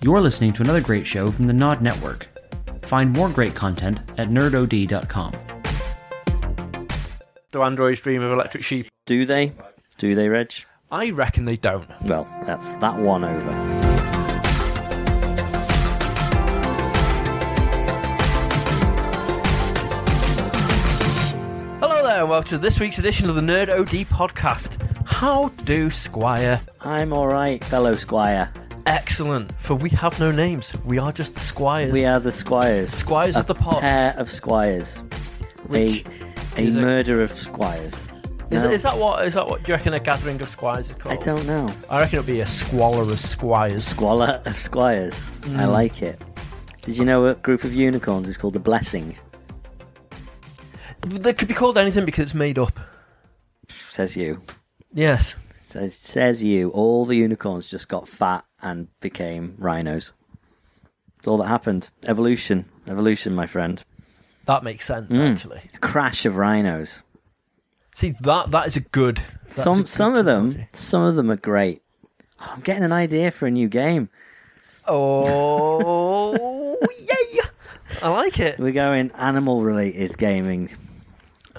You're listening to another great show from the Nod Network. Find more great content at nerdod.com. Do androids dream of electric sheep? Do they? Do they, Reg? I reckon they don't. Well, that's that one over. Hello there, and welcome to this week's edition of the Nerd OD podcast. How do, Squire? I'm alright, fellow squire. Excellent, for we have no names. We are just the Squires. We are the squires. Squires a of the pod. Pair of squires. Which a a is a- murder of squires. is, No, is that what? Is that what? Do you reckon a gathering of squires is called? I don't know. I reckon it'll be a squalor of squires. Squalor of squires. I Hmm. like it. Did you know a group of unicorns is called a blessing? They could be called anything because it's made up. Says you. Yes. Says, says you. All the unicorns just got fat and became rhinos. That's all that happened. Evolution. Evolution, my friend. That makes sense, Hmm. actually. A crash of rhinos. See, that that is a good. that's a some good some of them technology. some of them are great. Oh, I'm getting an idea for a new game. Oh, yay! I like it. We're going animal related gaming.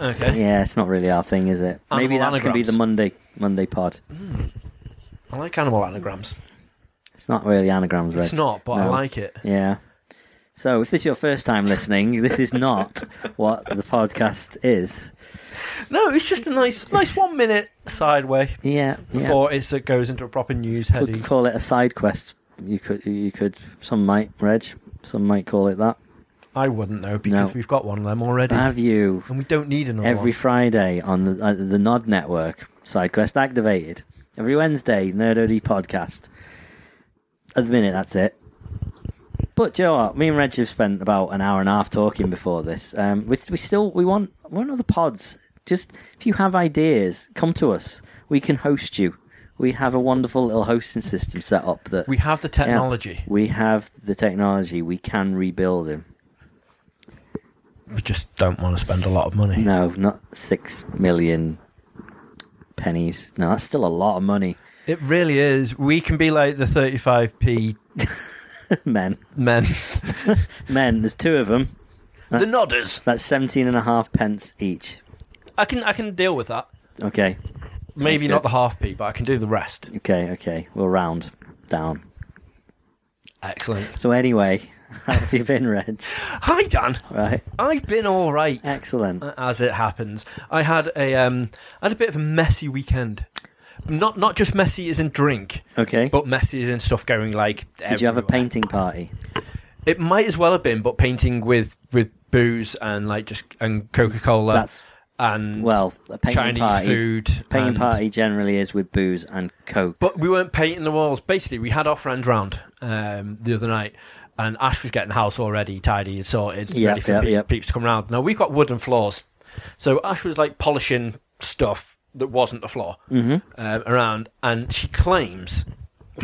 Okay, Yeah, it's not really our thing, is it? Maybe Eh? Animal that's going to be anagrams. the Monday Monday pod. Hmm. I like animal anagrams. It's not really anagrams, Reg. It's not, but I No. like it. Yeah. So if this is your first time listening, this is not what the podcast is. No, it's just a nice, nice one minute sideway Yeah, yeah. before it's, it goes into a proper news heady. could call it a side quest. You could, you could. Some might, Reg. Some might call it that. I wouldn't know because No. we've got one of them already, Have you and we don't need another Every one. Friday on the, uh, the Nod Network, SideQuest Activated. Every Wednesday, Nerd OD Podcast. At the minute, that's it. But do you know what? Me and Reg have spent about an hour and a half talking before this. Um, we, we still we want one of the pods. Just if you have ideas, come to us. We can host you. We have a wonderful little hosting system set up that We have the yeah. technology. we have the technology. We can rebuild him. We just don't want to spend a lot of money. No, not six million pennies. No, that's still a lot of money, It really is. We can be like the 35p men. men. Men, there's two of them. the That's, nodders. that's 17 and a half pence each. I can I can deal with that. Okay, Maybe good. not the half p, but I can do the rest. okay, okay. We'll round down. Excellent. So anyway, how have you been, Reg? Hi Dan. Right, I've been all right excellent. as it happens. I had a um I had a bit of a messy weekend. Not not just messy as in drink, Okay. but messy as in stuff going like Did you have a everywhere. painting party? It might as well have been, but painting with with booze and like just and Coca Cola. That's- and Well, a painting Chinese party. food. Painting and- party generally is with booze and coke. But we weren't painting the walls. Basically, we had our friend round um, the other night, and Ash was getting the house already tidy and sorted, Yep, ready for yep, pe- yep. peeps to come round. Now we've got wooden floors, so Ash was like polishing stuff that wasn't the floor Mm-hmm. um, around, and she claims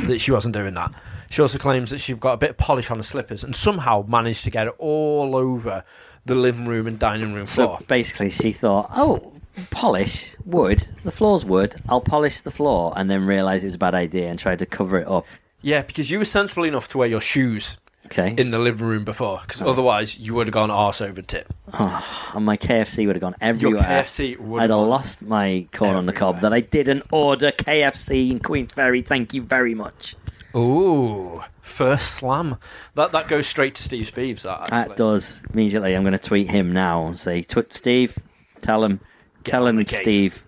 that she wasn't doing that. She also claims that she got a bit of polish on her slippers and somehow managed to get it all over the living room and dining room So floor. basically, she thought, "Oh, polish wood. The floor's wood. I'll polish the floor," and then realised it was a bad idea and tried to cover it up. Yeah, because you were sensible enough to wear your shoes Okay, in the living room before, because Oh. otherwise you would have gone arse over tip. and my KFC would have gone everywhere. KFC would have I'd have gone lost my corn on the cob everywhere. that I didn't order KFC in Queens Ferry. Thank you very much. Ooh, first slam. That that goes straight to Steve Beeves. That, That actually. does immediately. I'm going to tweet him now and say, "Tweet Steve, tell him, tell on him, the case." Steve,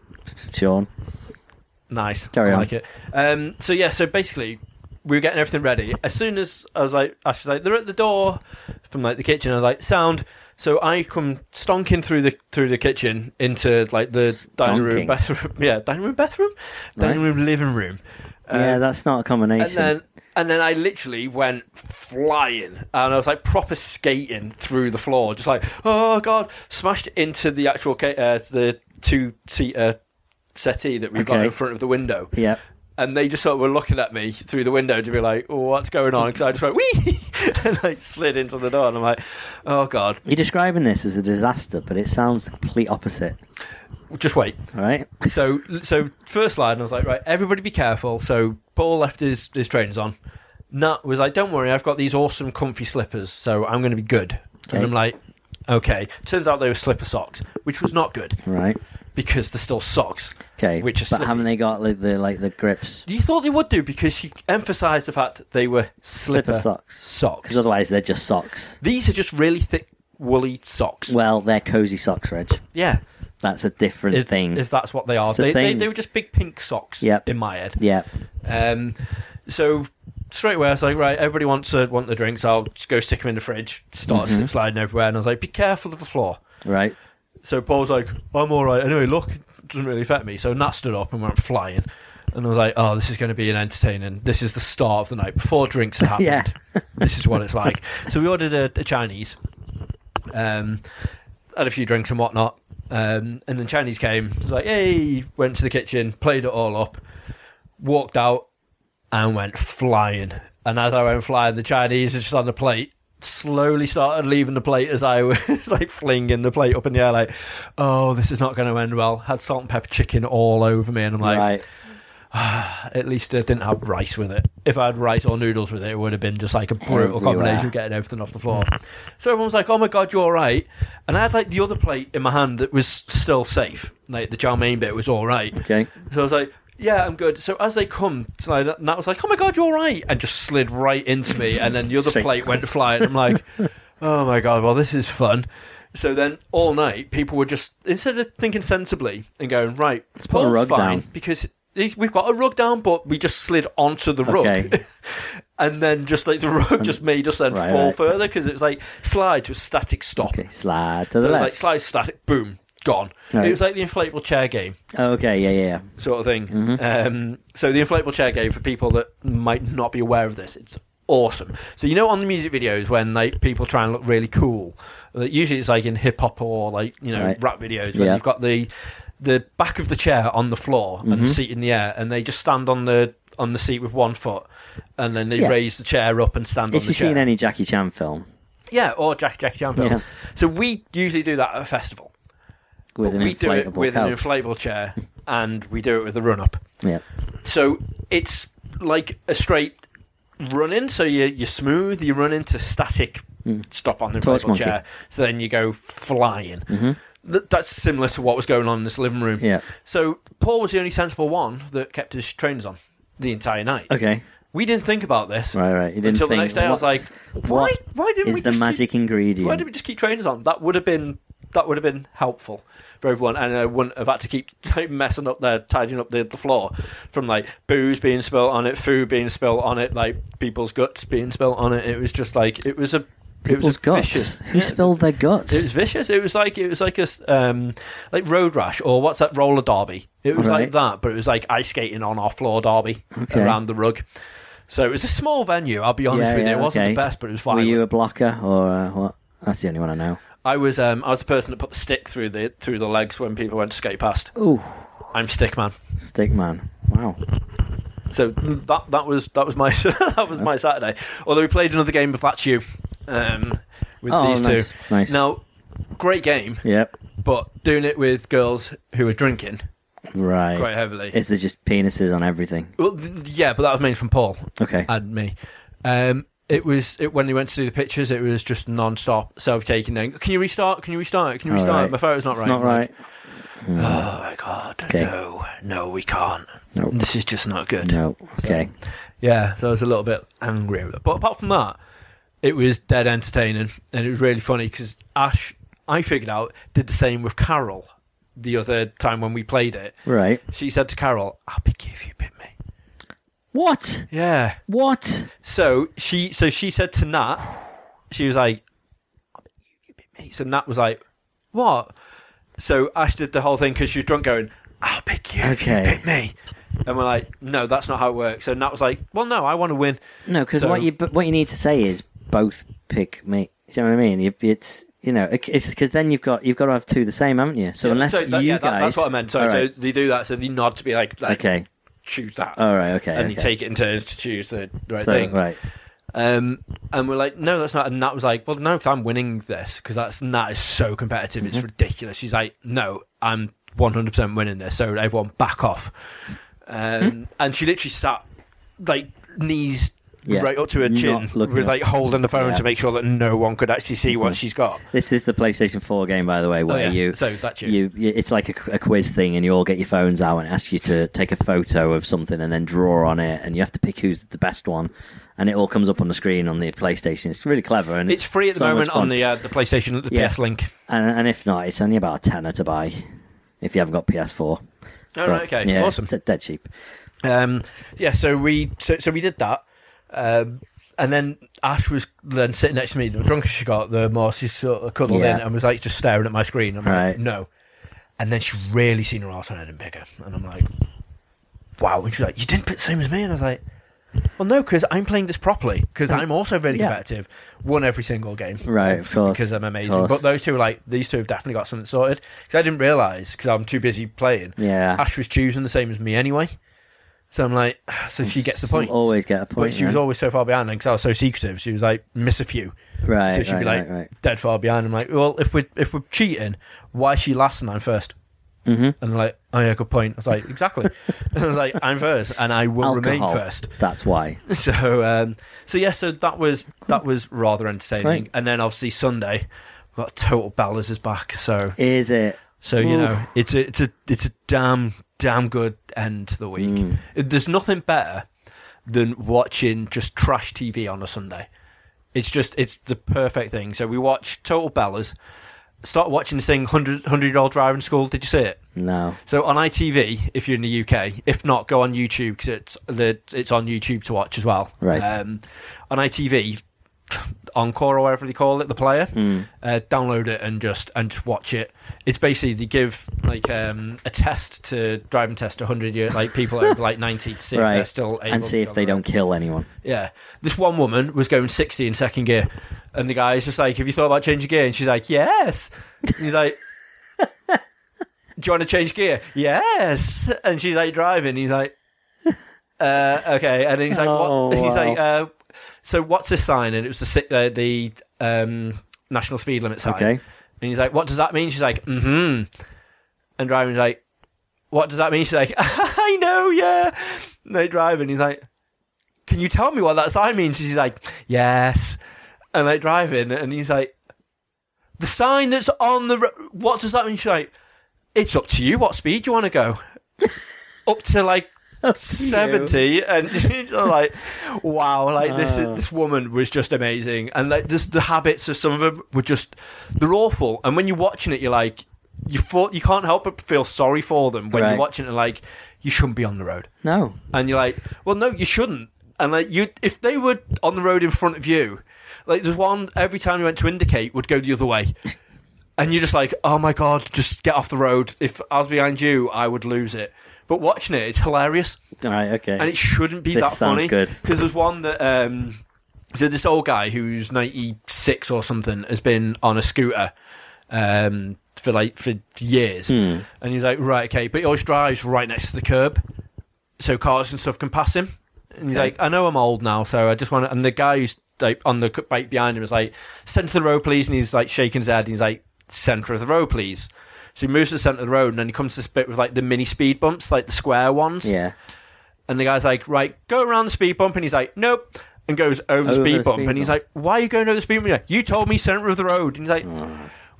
Sean." nice. Carry I on. like it. Um, so yeah, so basically we were getting everything ready. As soon as I was like, I was like, they're at the door from like the kitchen. I was like, sound. So I come stonking through the through the kitchen into like the dining room, Stonking. bathroom. Yeah, dining room, bathroom, dining Right. room, living room. yeah, Um, that's not a combination. and then and then I literally went flying, and I was like proper skating through the floor, just like oh god, smashed into the actual ca- uh, the two seater settee that we've got Okay. in front of the window, yeah. and they just sort of were looking at me through the window to be like, oh, what's going on? Because I just went wee and like slid into the door, and I'm like, oh god, You're describing this as a disaster, but it sounds the complete opposite, just wait. right? So so first line, I was like, right, everybody be careful. So Paul left his his trainers on. Nat was like, "Don't worry, I've got these awesome comfy slippers, so I'm going to be good." Okay. And I'm like, "Okay." Turns out they were slipper socks, which was not good Right. because they're still socks. Okay. Which is but slippery. haven't they got like the like the grips? You thought they would do because she emphasised the fact that they were slipper, Slipper socks. socks. Because otherwise they're just socks. These are just really thick woolly socks. Well, they're cozy socks, Reg. yeah, That's a different if, thing. if that's what they are, It's a they, they thing. they were just big pink socks. Yep. in my head. yeah. Um, so straight away, I was like, right, everybody wants to want the drinks. I'll just go stick them in the fridge. Start Mhm. sliding everywhere, and I was like, be careful of the floor. Right. So Paul's like, I'm all right. Anyway, look, it doesn't really affect me. So Nat stood up and went flying. And I was like, oh, this is going to be an entertaining. This is the start of the night. Before drinks had happened, Yeah. this is what it's like. So we ordered a, a Chinese, um, had a few drinks and whatnot. Um, and then Chinese came, was like, hey, went to the kitchen, played it all up, walked out, and went flying. And as I went flying, the Chinese was just on the plate. Slowly started leaving the plate as I was like flinging the plate up in the air, like, oh, this is not going to end well. Had salt and pepper chicken all over me, and I'm like, right. at least I didn't have rice with it. If I had rice or noodles with it, it would have been just like a brutal Everywhere. combination of getting everything off the floor. So everyone was like, "Oh my god, you're all right," and I had like the other plate in my hand that was still safe, like the chow mein bit was all right. Okay. So I was like, "Yeah, I'm good." So as they come, so I- and that was like, "Oh my god, you're all right," and just slid right into me, and then the other Straight. plate went flying. I'm like, "Oh my god, well this is fun." So then all night, people were just instead of thinking sensibly and going, "Right, it's put a rug fine," down. because. he's- We've got a rug down, but we just slid onto the rug, Okay. and then just like the rug just made us then Right, fall right. further because it was like slide to a static stop. Okay. Slide to So the it was left. like slide static, boom, gone. Right. It was like the inflatable chair game okay. Yeah. Yeah. yeah. sort of thing. Mm-hmm. Um, so the inflatable chair game for people that might not be aware of this, it's awesome. So you know, on the music videos when like people try and look really cool, like, usually it's like in hip hop or like you know Right. rap videos when Yeah. you've got the the back of the chair on the floor and Mm-hmm. the seat in the air, and they just stand on the on the seat with one foot, and then they Yeah. raise the chair up and stand on If the you've chair. seen any Jackie Chan film yeah, or Jack Jackie Chan film. Yeah. So we usually do that at a festival. with but an we do it inflatable with couch. an inflatable chair, and we do it with a run up. yeah. So it's like a straight run in. So you you're smooth. You run into static stop on the Hmm. Torch inflatable monkey. Mm-hmm. chair. So then you go flying. Th- that's similar to what was going on in this living room. Yeah. So Paul was the only sensible one that kept his trainers on the entire night. Okay. We didn't think about this Right. Right. You didn't until think, the next day. I was like, what's- why? what Why didn't we is the just keep- magic ingredient? why did we just keep trainers on? That would have been that would have been helpful for everyone, and I wouldn't have had to keep like, messing up there, tidying up the, the floor from like booze being spilled on it, food being spilled on it, like people's guts being spilled on it. It was just like it was a it was People's a guts. vicious. Who yeah. spilled their guts? It was vicious. It was like it was like a s- um, like road rash or what's that roller derby? It was like Right. that, but it was like ice skating on our floor derby Okay. around the rug. So it was a small venue. I'll be honest Yeah, with you, yeah, it wasn't okay. the best, but it was fine. Were you a blocker or uh, what? That's the only one I know. I was um, I was the person that put the stick through the through the legs when people went to skate past. Ooh, I'm stick man. stick man. Wow. So that that was that was my that was my Saturday. Although we played another game of that's you um, with Oh, these nice, two. nice. Now, great game, Yep. but doing it with girls who are drinking Right. quite heavily. Is there just penises on everything? well, th- yeah, but that was mainly from Paul Okay. and me. Um, it was it, when they went to do the pictures. It was just non-stop self-taking. Then, Can you restart? Can you restart? it? Can you All restart? it? right. My photo's not it's right. not I'm like, right. Oh my god! No, no, we can't. Nope. This is just not good. No. Okay. Yeah, so I was a little bit angry with it. But apart from that, it was dead entertaining, and it was really funny because Ash, I figured out, did the same with Carol the other time when we played it. Right. She said to Carol, "I'll be if you bit me." What? Yeah. What? So she, so she said to Nat, she was like, "I'll bet you, you bit me." So Nat was like, "What?" So Ash did the whole thing because she was drunk, going, "I'll pick you if Okay. you pick me," and we're like, "No, that's not how it works." So Nat was like, "Well, no, I want to win." No, because So- what you but what you need to say is both pick me. Do you know what I mean? You- It's you know it's because then you've got you've got to have two the same, haven't you? So unless So that- you yeah, that- guys, that's what I meant. So, All right. so they do that, so they nod to be like, like okay. choose that, All right. Okay. and you okay. take it in turns to choose the right so, thing. Right. Um, and we're like, no, that's not. And Nat was like, well, no, 'cause I'm winning this because that's Nat is so competitive, it's Mm-hmm. ridiculous. She's like, no, I'm 100 percent winning this. So Hmm. everyone back off. Um, and she literally sat like knees Yeah. right up to her Not chin, looking with up. like holding the phone Yeah. to make sure that no one could actually see what she's got. This is the PlayStation 4 game, by the way, where Oh, yeah. you, So that's you. you, you- it's like a, qu- a quiz thing, and you all get your phones out and ask you to take a photo of something and then draw on it, and you have to pick who's the best one, and it all comes up on the screen on the PlayStation. It's really clever, and It's free at the so much moment fun. on the uh, the PlayStation, the Yeah. PS Link. and, and if not, it's only about a tenner to buy if you haven't got PS4. All right, Oh, okay, yeah, awesome. it's dead cheap. Um, yeah, so we so, so we did that, um, and then Ash was then sitting next to me. The drunker she got, the more she sort of cuddled Yeah. in and was like just staring at my screen. I'm Right. like, no. And then she really seen her arse and I didn't pick her, and I'm like, wow. And she's like, you didn't pick the same as me, and I was like. Well, no, because I'm playing this properly. Because I'm also really Yeah. competitive. Won every single game, Right, of course, Because I'm of amazing. course. But those two, are like these two, have definitely got something sorted. Because I didn't realize because I'm too busy playing. Yeah. Ash was choosing the same as me anyway. So I'm like, so she gets the point. Always get a point. But she was then. always so far behind, and because I was so secretive, she was like, miss a few. right, so she'd right, be like, right, right. dead far behind. I'm like, well, if we're if we're cheating, why is she last and I'm first? Mm-hmm. And they're like, oh yeah, good point. I was like, exactly. and I was like, I'm first, and I will Alcohol. remain first. That's why. So um, so yeah, so that was that was rather entertaining. Great. And then obviously Sunday, we've got total ballers is back. So Is it? so you Oof. know, it's a it's a it's a damn damn good end to the week. Mm. It- There's nothing better than watching just trash TV on a Sunday. It's just it's the perfect thing. So we watched Total Bellas. Start watching this thing, 100, 100 year old driving school. Did you see it? No. So on ITV, if you're in the UK, if not, go on YouTube because it's the it's on YouTube to watch as well. Right. um, on ITV, Encore or whatever they call it, the player, Hmm. uh, download it and just and just watch it. It's basically they give like um, a test to driving test to hundred year like people over like ninety to see if they're right. still able and see to if go they on the road. don't kill anyone. Yeah. This one woman was going 60 in second gear. And the guy's just like, Have you thought about changing gear? And she's like, Yes. And he's like, Do you want to change gear? Yes. And she's like, driving. He's like, uh, Okay. And he's like, What? Oh, He's wow. like, uh, So what's this sign? And it was the, si- uh, the um, national speed limit sign. Okay. And he's like, What does that mean? She's like, Mm hmm. And driving's like, What does that mean? She's like, I know, yeah. And they drive, and he's like, Can you tell me what that sign means? She's like, Yes. And they drive in, and he's like, The sign that's on the ro- what does that mean? She's like, It's up to you. What speed do you want to go? up to like seventy, and she's like, wow, like this Ah. is, this woman was just amazing, and like this, the habits of some of them were just they're awful. And when you're watching it, you're like, you fo- you can't help but feel sorry for them when Right. you're watching it. Like you shouldn't be on the road, No. and you're like, well, no, you shouldn't. And like you, if they were on the road in front of you, like there's one every time you went to indicate would go the other way. And you're just like, oh my god, just get off the road. If I was behind you, I would lose it. But watching it, it's hilarious All right. Okay. and it shouldn't be This that sounds funny. good. Because there's one that um, so this old guy who's 96 or something has been on a scooter um, for like for years, Hmm. and he's like, right, okay, but he always drives right next to the curb, so cars and stuff can pass him. And he's Okay. like, I know I'm old now, so I just want to. And the guy who's like on the c- bike behind him is like, centre of the road, please. And he's like shaking his head. And he's like, centre of the road, please. So he moves to the centre of the road, and then he comes to this bit with like the mini speed bumps, like the square ones. yeah. And the guy's like, right, go around the speed bump. And he's like, nope. And goes over the Over speed the bump. speed and he's bump. like, why are you going over the speed bump? He's like, you told me centre of the road. And he's like,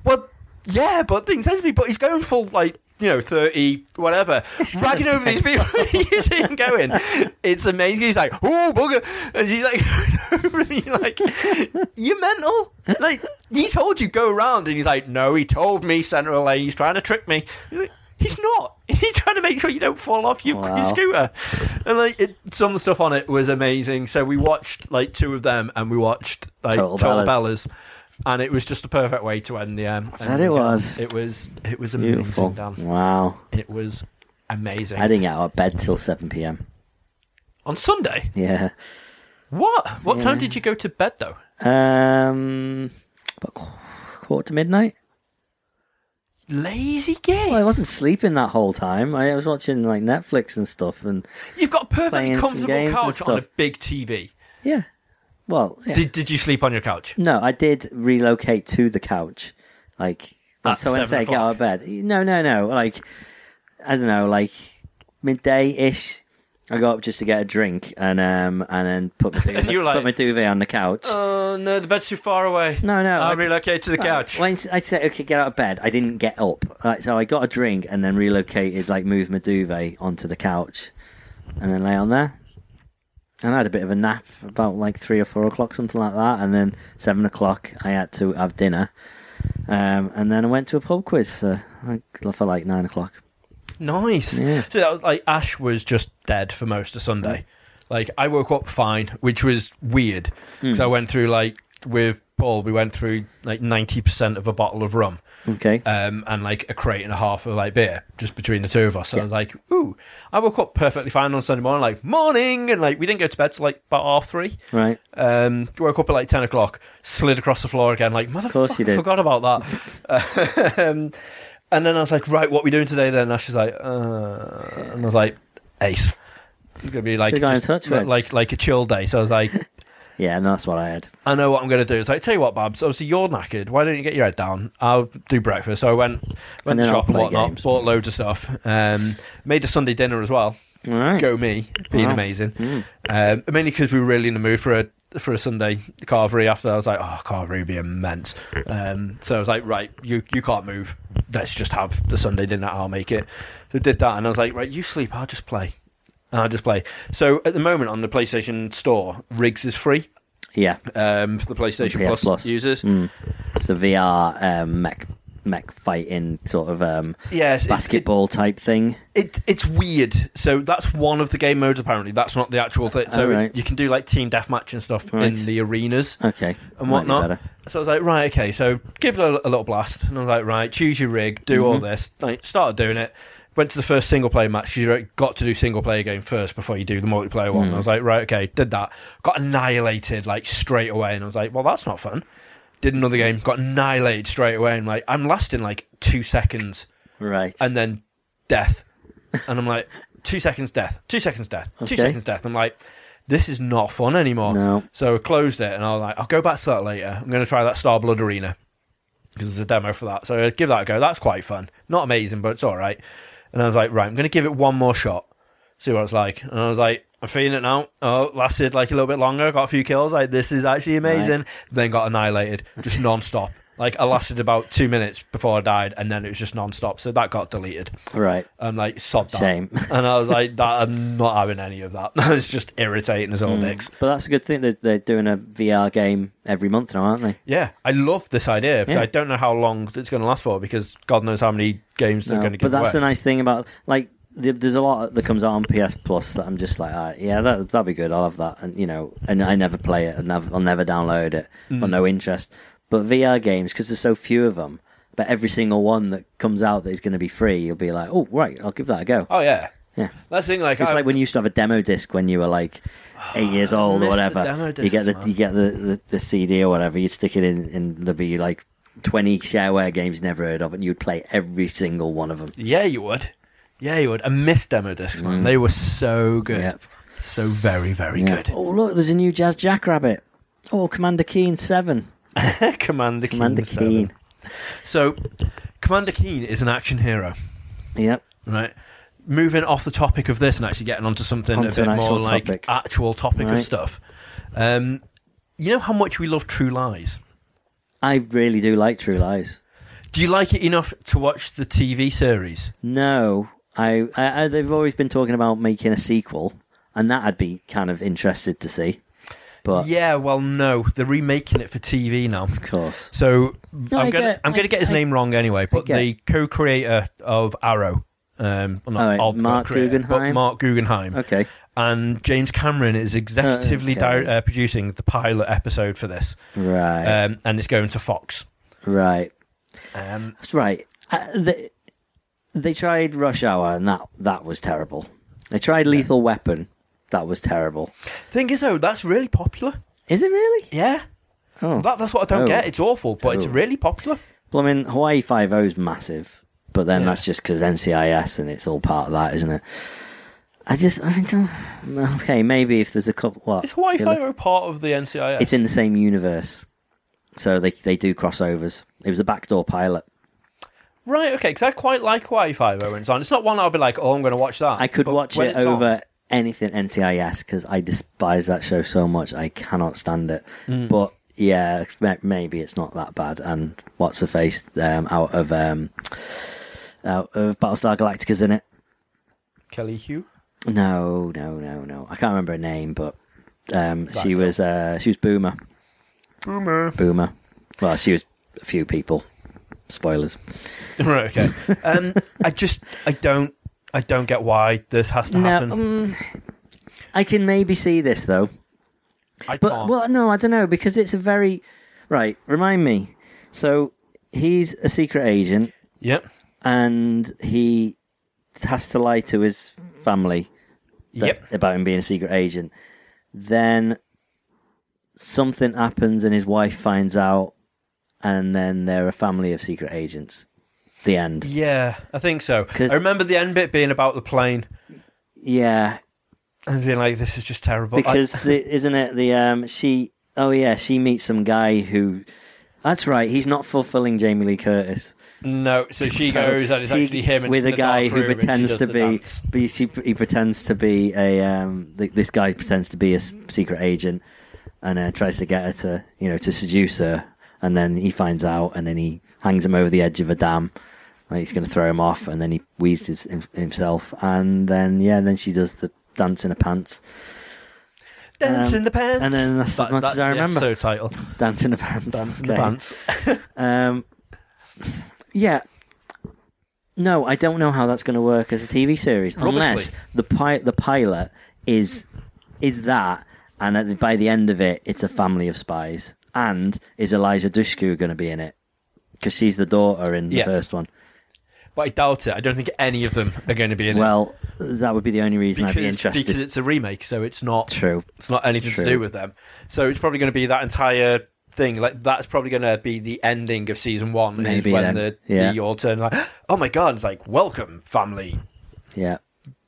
well, yeah, but things happen to me. But he's going full, like, you know, 30, whatever, ragging over these people. you see him going. It's amazing. He's like, oh, bugger. And he's like, and you're like, you mental? Like, he told you go around. And he's like, no, he told me centre of lane. He's trying to trick me. You're like, He's not. He's trying to make sure you don't fall off your, Wow. your scooter. And like it, some of the stuff on it was amazing. So we watched like two of them, and we watched like Total Total, Bellas. Bellas. and it was just the perfect way to end the. Um, bet end the it weekend. was. It was. It was amazing, Beautiful. Dan. Wow. It was amazing. I didn't get out of bed till seven p.m. on Sunday, Yeah. what? What time did you go to bed though? Um. About qu- quarter to midnight. Lazy gig. Well, I wasn't sleeping that whole time. I was watching like Netflix and stuff, and You've got a playing perfectly some comfortable games and couch on a stuff. big TV. yeah. Well, yeah. Did Did you sleep on your couch? no, I did relocate to the couch, like. At so when I say I seven get out of bed, no, no, no. Like, I don't know, like midday ish. I go up just to get a drink and um and then put my duvet, And you were like- put my duvet on the couch. Oh no, the bed's too far away. no, no. I I- relocated to the couch. When I said okay, get out of bed, I didn't get up. Like, so I got a drink and then relocated, like moved my duvet onto the couch, and then lay on there. And I had a bit of a nap about like three or four o'clock, something like that. And then seven o'clock, I had to have dinner, um, and then I went to a pub quiz for like, for like nine o'clock. Nice. Yeah. So that was like Ash was just dead for most of Sunday. Like I woke up fine, which was weird because I went through like with Paul, we went through like ninety percent of a bottle of rum. Okay, um, and like a crate and a half of like beer just between the two of us. So I was like, ooh, I woke up perfectly fine on Sunday morning, like morning, and like we didn't go to bed till like about half three. right. Um, woke up at like ten o'clock, slid across the floor again, like motherfucker, course you did. forgot about that. um, and then I was like, right, what we doing today? Then and Ash was like, uh, and I was like, ace. It's gonna be like So you got in just- touch, Reg. like like a chill day. So I was like, Yeah, and that's what I had. I know what I'm going to do. It's like, tell you what, Babs, obviously you're knackered. Why don't you get your head down? I'll do breakfast. So I went, went And to then shop I'll and play whatnot, games. bought loads of stuff, um, made a Sunday dinner as well. All right. Go me, being Hmm. Wow. amazing. Um, mainly because we were really in the mood for a for a Sunday carvery. After I was like, oh, carvery would be immense. Um, so I was like, right, you you can't move. Let's just have the Sunday dinner. I'll make it. So did that, and I was like, right, you sleep. I'll just play. And I'll just play. So at the moment on the PlayStation Store, Riggs is free Yeah, um, for the PlayStation PS Plus, Plus. Mm. users. it's a VR um, mech mech fighting sort of um, Yes, it- basketball type thing. It, it's weird. So that's one of the game modes. Apparently, that's not the actual thing. So All it's- right. you can do like team deathmatch and stuff Right. in the arenas Okay, and might be whatnot. better. So I was like, right, okay. So give it a, a little blast, and I was like, right, choose your rig, do Mm-hmm. all this. Like, started doing it. Went to the first single player match. You like, got to do single player game first before you do the multiplayer Mm. one. I was like, right, okay, did that. Got annihilated like straight away, and I was like, well, that's not fun. Did another game, got annihilated straight away, and like I'm lasting like two seconds Right. and then death. And I'm like, two seconds death, two seconds death, two Okay. seconds death. I'm like, this is not fun anymore. No. So I closed it and I was like, I'll go back to that later. I'm going to try that Star Blood Arena because there's a demo for that. So I give that a go. That's quite fun. Not amazing, but it's all right. And I was like, right, I'm going to give it one more shot, see what it's like. And I was like, I'm feeling it now. Oh, it lasted like a little bit longer. Got a few kills. Like, this is actually amazing. Then got annihilated just non stop. Like, I lasted about two minutes before I died, and then it was just non stop. So that got deleted. right. I'm like, sobbed that. Shame. And I was like, that, I'm not having any of that. That is just irritating as all dicks. But that's a good thing. They're, they're doing a VR game every month now, aren't they? Yeah, I love this idea, but Yeah. I don't know how long it's going to last for because God knows how many games they're No. going to give Uh, But that's away. the nice thing about like there- there's a lot that comes out on PS Plus that I'm just like, ah, yeah, that that'll be good. I'll have that, and you know, and I never play it, and I've, I'll never download it, Mm. or no interest. But VR games, because there's so few of them, but every single one that comes out that is going to be free, you'll be like, oh right, I'll give that a go. oh yeah, Yeah. that's the thing. Like, It's I, like when you used to have a demo disc when you were like eight years old or Oh, miss the whatever. demo you get the discs, man. you get the, the, the CD or whatever. You stick it in, and there'd be like twenty shareware games you never heard of, and you'd play every single one of them. yeah, you would. Yeah, you would. I miss demo discs, man. They were so good, Mm. Yep. so very, very Oh look, there's a new Jazz Jackrabbit. Oh, Commander Keen Seven. good. Commander Keen. Commander seven. Keen. So, Commander Keen is an action hero, Yep. right? Moving off the topic of this and actually getting onto something Onto a an bit actual more like topic. actual topic of Right. stuff. Um, you know how much we love True Lies. I really do like True Lies. Do you like it enough to watch the TV series? No, I, I, I they've always been talking about making a sequel, and that I'd be kind of interested to see. But Yeah, well, no, they're remaking it for TV now. of course, So I'm gonna I get- I'm gonna I- get his I- name wrong anyway. But get- the co-creator of Arrow, um, well, not All right, of Oh, Mark co-creator, but Guggenheim? Mark Guggenheim, okay. and James Cameron is executively Okay. di- uh, producing the pilot episode for this, Right. um, and it's going to Fox. Right. Um, That's right. Uh, they, they tried Rush Hour, and that that was terrible. They tried Lethal Weapon. That was terrible. thing is, though, that's really popular. Is it really? Yeah, Oh, that, that's what I don't Oh. get. It's awful, but it's Oh. really popular. well, I mean, Hawaii Five O is massive, but then Yeah. that's just because NCIS and it's all part of that, isn't it? I just, I don't. Okay, maybe if there's a couple. What? Is Hawaii You're Five look- O part of the NCIS? It's in the same universe, so they they do crossovers. It was a backdoor pilot. Right, okay, because I quite like Hawaii Five O when it's on. It's not one I'll be like, oh, I'm going to watch that. I could But watch when it it's on- over anything NCIS because I despise that show so much. I cannot stand it. Mm. But yeah, ma- maybe it's not that bad. And what's the face um, out of um, out of Battlestar Galactica's in it? Kelly Hugh. No, no, no, no. I can't remember her name, but um, she was uh, she was Boomer. Boomer. Boomer. Well, she was a few people. Spoilers. right. Okay. Um, I just I don't I don't get why this has to happen. mm, I can maybe see this though. I But can't. well, no, I don't know because it's a very right. Remind me. So he's a secret agent, yep. and he has to lie to his family that- Yep. about him being a secret agent. Then something happens, and his wife finds out, and then they're a family of secret agents. The end. Yeah, I think so. 'Cause- I remember the end bit being about the plane Yeah, and being like, "This is just terrible." I- because the, isn't it the um she oh yeah she meets some guy who that's right he's not fulfilling Jamie Lee Curtis no, so she So goes and it's she- actually him and it's with a in the guy dark who room and she pretends does to the be, dance. be she, he pretends to be a um th- this guy pretends to be a s- secret agent and uh, tries to get her to you know to seduce her and then he finds out and then he hangs him over the edge of a dam like he's going to throw him off and then he wheezes his, himself and then yeah then she does the dance in her pants dance um, in the pants, and then that's as much as I the remember. episode title. dance in her pants Dance in the Okay. pants. Um, yeah. No, I don't know how that's going to work as a TV series Rubbishly. unless the pi- the pilot is is that, and at the, by the end of it, it's a family of spies. And is Eliza Dushku going to be in it? Because she's the daughter in the Yeah. first one. But I doubt it. I don't think any of them are going to be in it. Well, that would be the only reason because, I'd be because interested. it's a remake, so it's not True. it's not anything True. to do with them. So it's probably going to be that entire thing. Like that's probably going to be the ending of season one. is Maybe when then. the Yeah. the alternate, like, oh my god, it's like welcome family Yeah.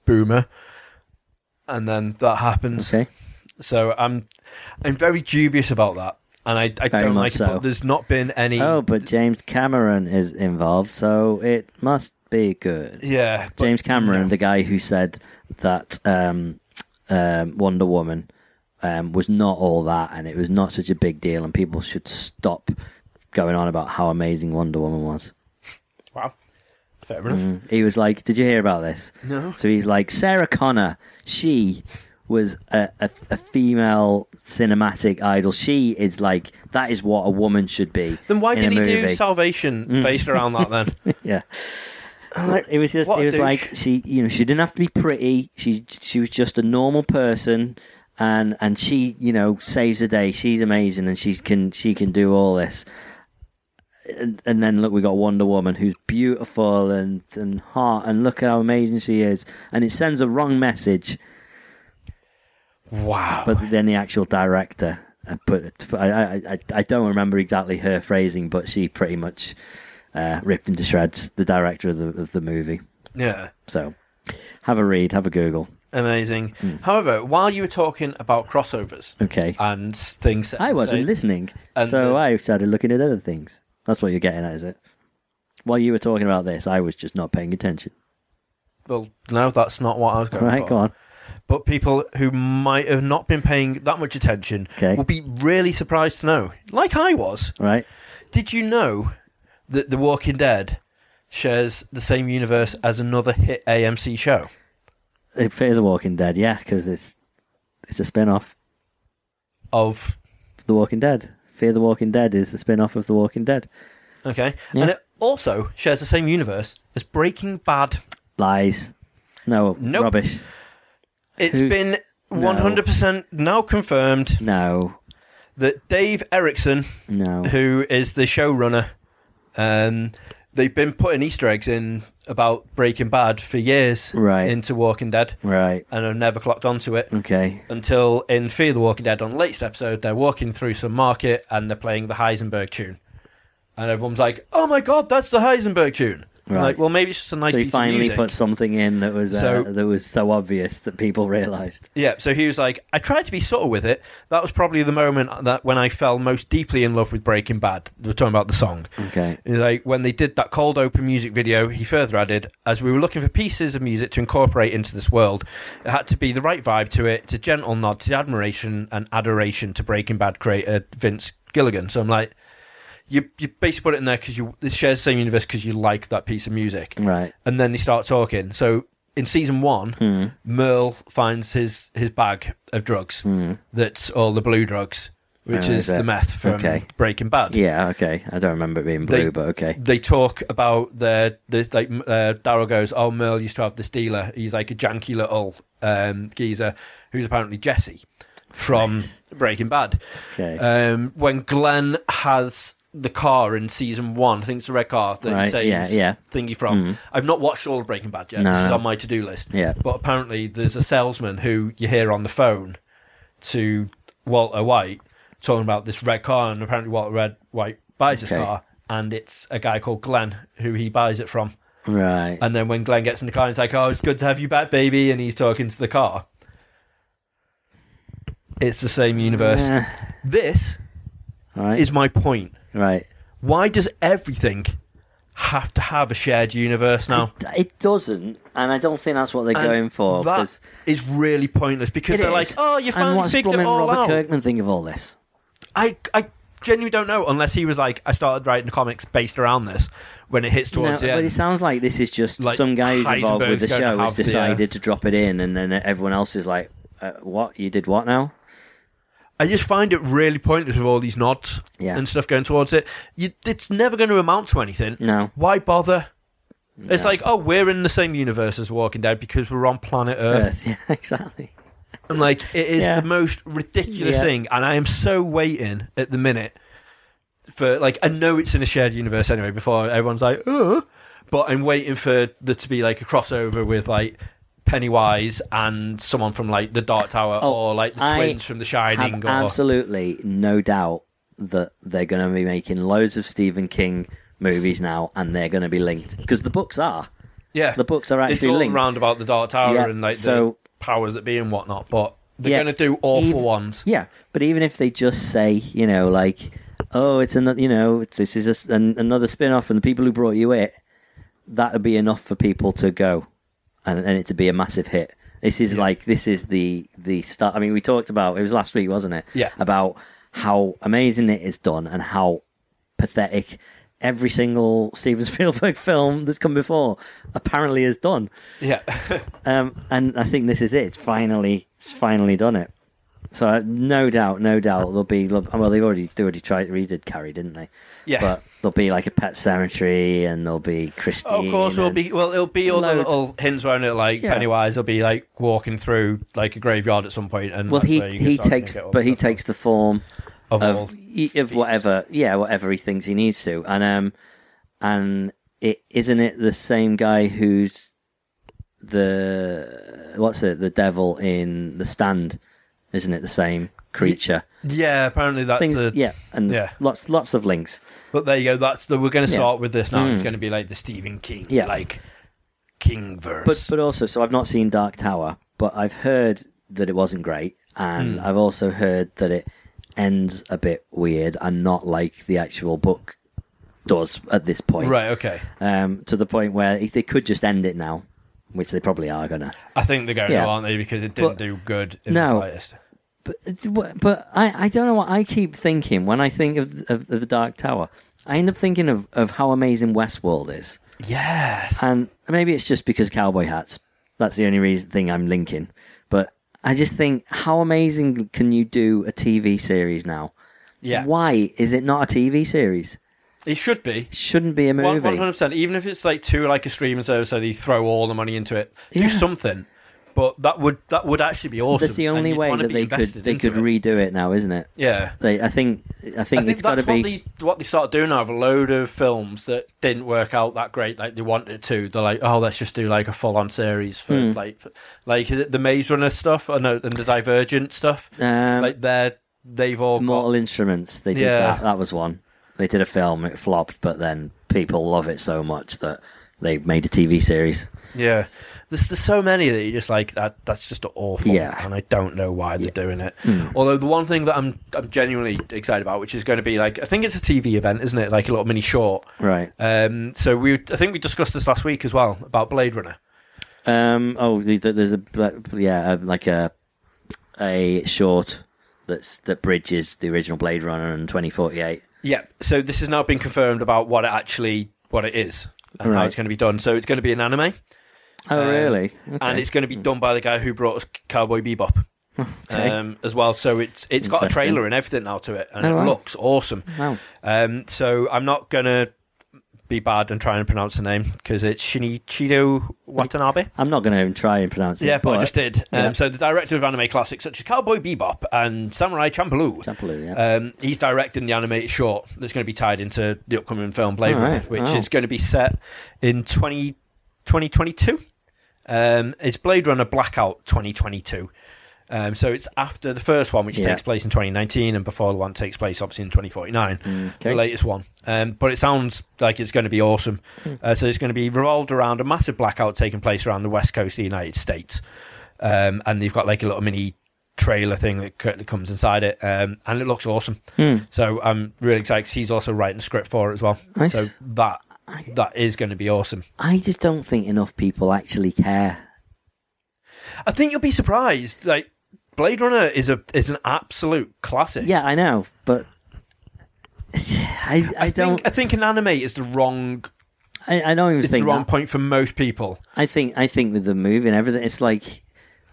boomer, and then that happens. Okay. So I'm I'm very dubious about that, and I, I Very don't much like so. it. But there's not been any. Oh, but James Cameron is involved, so it must be good. yeah, but James Cameron, no. the guy who said that um, um, Wonder Woman um, was not all that and it was not such a big deal, and people should stop going on about how amazing Wonder Woman was. Wow, fair enough. He was like, Did you hear about this? No. So he's like, Sarah Connor, she was a, a, a female cinematic idol. She is like, that is what a woman should be. Then why in a did he do movie." Mm. Salvation based around that then? Yeah. it was just what it a was douche. like she you know she didn't have to be pretty she she was just a normal person and and she you know saves the day she's amazing and she can she can do all this and, and then look we got Wonder Woman who's beautiful and and hot and look how amazing she is and it sends a wrong message Wow. but then the actual director uh, put I I I- I don't remember exactly her phrasing but she pretty much uh, ripped into shreds the director of the of the movie yeah. so have a read, have a Google. Amazing. Hmm. However, while you were talking about crossovers Okay. and things, that- I wasn't so- listening, and so the- I started looking at other things. That's what you're getting at, is it? While you were talking about this, I was just not paying attention. Well, no, that's not what I was going Right, for. go on. But people who might have not been paying that much attention Okay. will be really surprised to know, like I was. Right? Did you know that The Walking Dead shares the same universe as another hit AMC show? It Uh, Fear the Walking Dead, yeah, because it's it's a spin off Of of The Walking Dead. Fear the Walking Dead is a spin off of The Walking Dead. okay, Yeah. and it also shares the same universe as Breaking Bad. Lies. No, Nope. rubbish. It's Who's- been No. one hundred percent now confirmed No, that Dave Erickson, no. who is the showrunner, um, they've been putting Easter eggs in about Breaking Bad for years Right. Mm. into Walking Dead, Right. and I've never clocked onto it. Okay. until in Fear the Walking Dead on the latest episode, they're walking through some market and they're playing the Heisenberg tune. And everyone's like, oh my god, that's the Heisenberg tune. Right. Like, well, maybe it's just a nice so he piece of finally music. put something in that was uh, So- that was so obvious that people realised. Yeah, so he was like, I tried to be subtle with it. That was probably the moment that when I fell most deeply in love with Breaking Bad. We're talking about the song. Okay. He's Like when they did that cold open music video, he further added, as we were looking for pieces of music to incorporate into this world, it had to be the right vibe to it. It's a gentle nod to admiration and adoration to Breaking Bad creator Vince Gilligan. So I'm like, you you basically put it in there because you it shares the same universe because you like that piece of music Right. and then they start talking. So in season one, Hmm. Merle finds his his bag of drugs. That's all the blue drugs, which Hmm. Oh, is is it? the meth from Okay. Breaking Bad. Yeah. Okay. I don't remember it being blue, They- but okay. They talk about their, the like uh, Daryl goes, "Oh, Merle used to have this dealer. He's like a janky little um, geezer who's apparently Jesse from Breaking Bad." Okay. Um, when Glenn has the car in season one, I think it's the red car that Right, he saves yeah, yeah. Mm. thingy from. I've not watched all of Breaking Bad yet. No, this is no. on my to do list. Yeah. But apparently, there's a salesman who you hear on the phone to Walter White talking about this red car, and apparently Walter Red White buys this Okay. car, and it's a guy called Glenn who he buys it from. right. And then when Glenn gets in the car, he's like, "Oh, it's good to have you back, baby," and he's talking to the car. It's the same universe. Yeah. This Right. is my point. right. Why does everything have to have a shared universe now? It doesn't, and I don't think that's what they're Oh. And going for. that 'cause- is really pointless because It they're like, is. "Oh, you and finally what's figured it blooming all Robert out." Kirkman think of all this? I, I genuinely don't know unless he was like, "I started writing comics based around this." When it hits No, towards the but end, it sounds like this is just Like, some guy who's involved with the Heisenberg's gonna show has have the, uh, decided to drop it in, and then everyone else is like, uh, "What you did? What now?" I just find it really pointless with all these nods Yeah. and stuff going towards it. You, it's never going to amount to anything. No. Why bother? It's like, oh, we're in the same universe as Walking Dead because we're on planet Earth. Earth. Yeah, exactly. And like, it is Yeah. the most ridiculous Yeah. thing. And I am so waiting at the minute for, like, I know it's in a shared universe anyway before everyone's like, oh, but I'm waiting for there to be like a crossover with like Pennywise and someone from like the Dark Tower Oh, or like the I twins from The Have Shining or. absolutely no doubt that they're going to be making loads of Stephen King movies now, and they're going to be linked because the books are. Yeah, The books are it's actually all linked. around about the Dark Tower Yeah, and like so- the powers that be and whatnot. But they're Yeah. going to do awful Even- ones. Yeah, but even if they just say, you know, like, oh, it's another, you know, it's, this is a s an, another spin off, and the people who brought you it, that would be enough for people to go and, and it to be a massive hit. This is like, this is the, the start. I mean, we talked about, it was last week, wasn't it? Yeah. About how amazing it is done and how pathetic every single Steven Spielberg film that's come before apparently is done. Yeah, Um, and I think this is it. It's finally, it's finally done it. So uh, no doubt, no doubt, there'll be. Well, they've already they already tried redid Carrie, didn't they? Yeah. But there'll be like a pet cemetery, and there'll be Christine. of course. It'll and- be well. It'll be all the Loads. little hints around it. Like Yeah. Pennywise, will be like walking through like a graveyard at some point, and Well, that's he where you can he start to takes, get all but he stuff takes the form of, all- of y- of feats. whatever, yeah, whatever he thinks he needs to, and um, and it isn't it the same guy who's the what's it, the devil in the stand, isn't it the same creature? yeah. Apparently, that's things, the yeah, and yeah. lots lots of links. But there you go. That's the, we're going to Yeah. Mm. start with this now. It's going to be like the Stephen King, Yeah. like King verse. But but also, so I've not seen Dark Tower, but I've heard that it wasn't great, and Hmm. I've also heard that it ends a bit weird and not like the actual book does at this point. right, okay. Um, to the point where if they could just end it now, which they probably are gonna. I think they're going Yeah. to, aren't they? Because it didn't But- do good in the No. slightest. But it's- but I, I don't know what I keep thinking when I think of, of, of the Dark Tower. I end up thinking of, of how amazing Westworld is. Yes. And maybe it's just because cowboy hats. That's the only reason thing I'm linking. But I just think how amazing can you do a TV series now? yeah. Why is it not a TV series? It should be. It shouldn't be a movie. One hundred percent. Even if it's like to like a streaming service, so they throw all the money into it, Yeah. do something. But that would that would actually be awesome. That's the and only you'd way wanna that be they could invested they into could it. redo it now, isn't it? yeah. They, I think I think, I think it's got to that's be what they what they started doing now with a load of films that didn't work out that great like they wanted to. They're like, oh, let's just do like a full on series for Hmm. like for- like is it the Maze Runner stuff or no and the Divergent stuff? um, like they're they've all Mortal got, Instruments. They did Yeah. that. That was one. They did a film. It flopped, but then people love it so much that they've made a TV series. Yeah, there's there's so many that you just like that. That's just awful. Yeah. and I don't know why they're Yeah. Hmm. doing it. Although the one thing that I'm I'm genuinely excited about, which is going to be like I think it's a TV event, isn't it? Like a little mini short. Right. Um, so we I think we discussed this last week as well about Blade Runner. Um. Oh, the- the- there's a yeah, uh, like a a short that's that bridges the original Blade Runner and 2048. Yeah. So this has now been confirmed about what it actually what it is and how Right. it's going to be done. So it's going to be an anime, Oh, Um, really? and it's going to be Hmm. done by the guy who brought us Cowboy Bebop. Um, as well, so it's it's got a Interesting. trailer and everything now to it, and Oh, it wow. looks awesome. wow. Um, so I'm not gonna be bad and try and pronounce the name because it's Shinichiro Watanabe. I'm not going to even try and pronounce it. Yeah, but I just did. yeah. Um, so the director of anime classics such as Cowboy Bebop and Samurai Champloo. Champloo, yeah. Um, he's directing the animated short that's going to be tied into the upcoming film Blade All right, Runner, which wow. is going to be set in 20, 2022. Um, it's Blade Runner Blackout 2022. Um, so it's after the first one, which Yeah. takes place in 2019, and before the one takes place, obviously, in 2049, Mm, Okay. the latest one. Um, but it sounds like it's going to be awesome. Hmm. Uh, so it's going to be revolved around a massive blackout taking place around the west coast of the United States. Um, and they've got like a little mini trailer thing that, c- that comes inside it, um, and it looks awesome. Hmm. So I'm really excited. 'cause he's also writing script for it as well. Nice. So that that is going to be awesome. I just don't think enough people actually care. I think you'll be surprised. Like Blade Runner is a is an absolute classic. Yeah, I know, but I I, I don't think I think an anime is the wrong I, I don't even is the think wrong that. point for most people. I think I think with the move and everything, it's like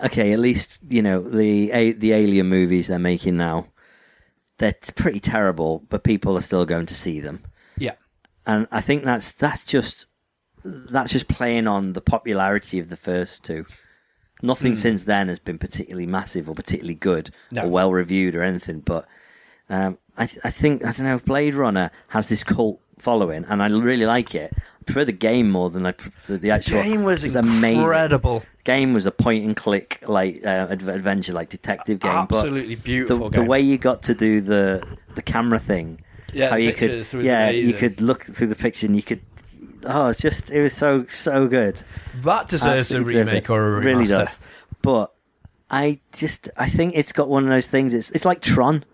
okay, at least you know the a, the Alien movies they're making now. They're t- pretty terrible, but people are still going to see them, Yeah. and I think that's that's just that's just playing on the popularity of the first two. Nothing since then has been particularly massive or particularly good Hmm. No. or well reviewed or anything. But um, I, th- I think I don't know. Blade Runner has this cult following, and I really like it. I prefer the game more than I prefer the actual Game was, it incredible. game was a point and click like uh, adv- adventure like detective game Absolutely but the, beautiful the game. way you got to do the the camera thing Yeah, how the you pictures could was yeah you amazing. could look through the picture and you could oh it's just it was so so good that deserves a Absolutely deserves remake it. or a remaster. really does but i just i think it's got one of those things it's it's like tron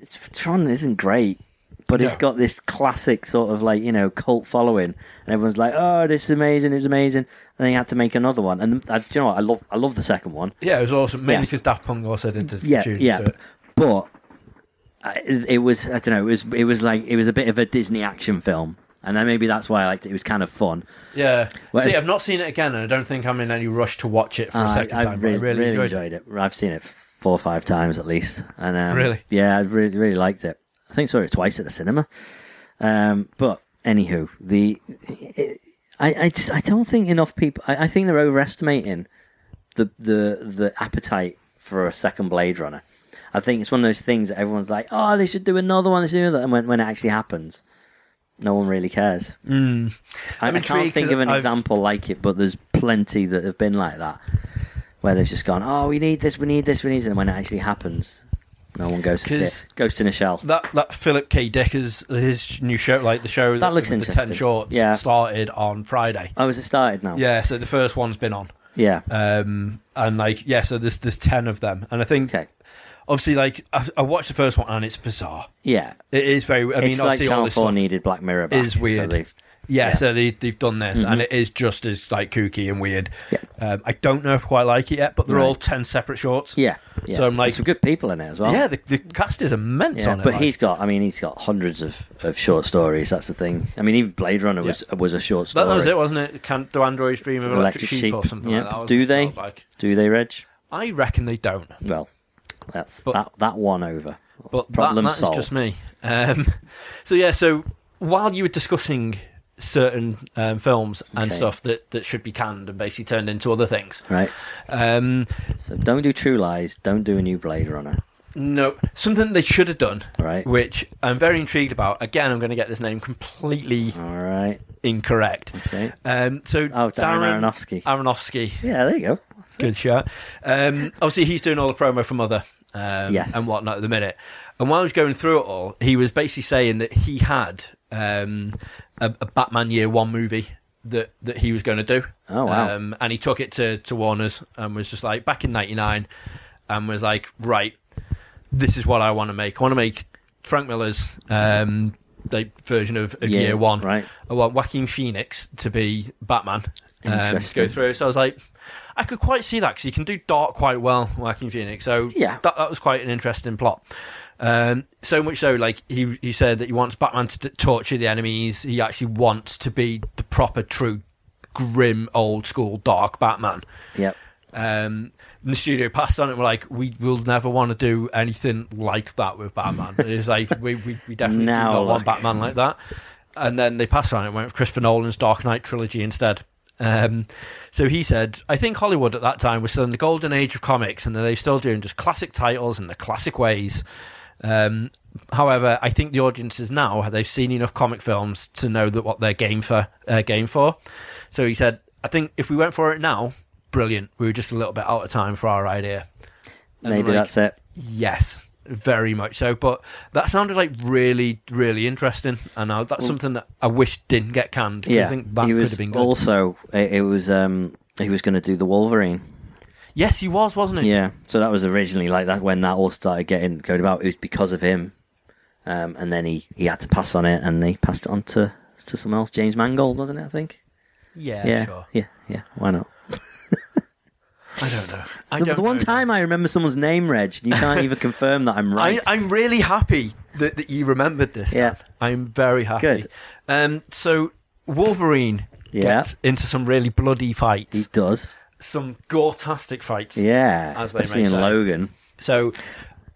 it's, tron isn't great but it's No. got this classic sort of like you know cult following, and everyone's like, "Oh, this is amazing! It's amazing!" And they had to make another one, and uh, do you know what? I love I love the second one, Yeah, it was awesome. Mainly Yes. because Daft Punk also did the yeah, tunes. yeah. so- But I, it was I don't know. It was it was like it was a bit of a Disney action film, and then maybe that's why I liked it. It was kind of fun. yeah. Whereas- See, I've not seen it again, and I don't think I'm in any rush to watch it for a Uh, second I, I time. really, but I really, really enjoyed, enjoyed it. I've seen it four or five times at least, and um, Really? yeah, I really really liked it. I think I saw it twice at the cinema. Um, but anywho, the I, I just- I don't think enough people. I, I think they're overestimating the the the appetite for a second Blade Runner. I think it's one of those things that everyone's like, oh, they should do another one, they should do another, and when, when it actually happens, no one really cares. Mm. I, Hmm. I'm I can't intrigued think of an that I've- example like it, but there's plenty that have been like that, where they've just gone, oh, we need this, we need this, we need this, and when it actually happens, no one goes to see 'Cause it. Goes to Nichelle. That that Philip K. Dicker's his new show, like the show that, looks the interesting. ten shorts Yeah. started on Friday. oh, is it started now? Yeah, so the first one's been on, Yeah. um, and like yeah, so there's there's ten of them, and I think Okay. obviously like I, I watched the first one and it's bizarre. Yeah. It is very. I mean, it's like obviously all Channel this 4 stuff- needed Black Mirror back. is Ah, so weird. they've- Yeah, Yeah. Mm-hmm. so they they've done this, and it is just as like kooky and weird. Yeah. Um, I don't know if I quite like it yet, but they're Right. all ten separate shorts. yeah, yeah. So I'm like, There's some good people in it as well. yeah, the, the cast is immense Yeah, on it. but like. he's got. I mean, he's got hundreds of, of short stories. That's the thing. I mean, even Blade Runner was was a short that, story. that was it, wasn't it? Can do androids dream of electric, Electric sheep, or Sheep, something yeah. like that? that? was- Do they? that was Like, Do they, Reg? I reckon they don't. Well, that's But- that that one over. But Problem that, that is solved. just me. Um, so yeah, so while you were discussing certain um, films and Okay. stuff that, that should be canned and basically turned into other things, Right. um, So don't do True Lies. Don't do a new Blade Runner. No, something they should have done, Right. Which I'm very intrigued about. Again, I'm going to get this name completely All right. incorrect. Okay. Um, so Oh, Darren Aronofsky. Aronofsky, Yeah, there you go. good shot. Um, obviously, he's doing all the promo for Mother, um, Yes. and whatnot at the minute. And while I was going through it all, he was basically saying that he had um, a, a Batman Year One movie that that he was going to do. Oh, wow. Um, and he took it to to Warner's and was just like back in '99, and was like, right, this is what I want to make. I want to make Frank Miller's um, like version of, of Yeah, Year One. right. I want Oh, Joaquin Phoenix to be Batman. Um, to Interesting. go through. So I was like, I could quite see that because he can do dark quite well, Joaquin Phoenix. So Yeah. that, that was quite an interesting plot. Um, so much so, like he he said that he wants Batman to t- torture the enemies. He actually wants to be the proper, true, grim, old school, dark Batman. Yep. Um, and the studio passed on it. and We're like, we will never want to do anything like that with Batman. It's like we we, we definitely Now, do not want like- Batman like that. And then they passed on it. and Went with Christopher Nolan's Dark Knight trilogy instead. Um, so he said, I think Hollywood at that time was still in the golden age of comics, and they're still doing just classic titles in the classic ways. Um, however, I think the audiences now they've seen enough comic films to know that what they're game for. Uh, game for. So he said, I think if we went for it now, brilliant. We were just a little bit out of time for our idea. And Maybe like, that's it. Yes, very much so. But that sounded like really, really interesting, and I, that's something that I wish didn't get canned. 'cause Mm. Yeah. I think that he could was have been good. also it, it was um he was going to do the Wolverine. yes, he was, wasn't he? Yeah. So that was originally like that when that all started getting going about. It was because of him, um, and then he he had to pass on it, and they passed it on to to someone else, James Mangold, wasn't it? I think. Yeah, yeah. sure. Yeah. Yeah. Why not? I don't know. I The, don't the one know. time I remember someone's name, Reg, and you can't even confirm that I'm right. I, I'm really happy that, that you remembered this. Yeah. Dan. I'm very happy. Good. Um, so Wolverine Yeah. gets into some really bloody he fights, does. some gore-tastic fights. Yeah. As they may especially in say. Logan. So,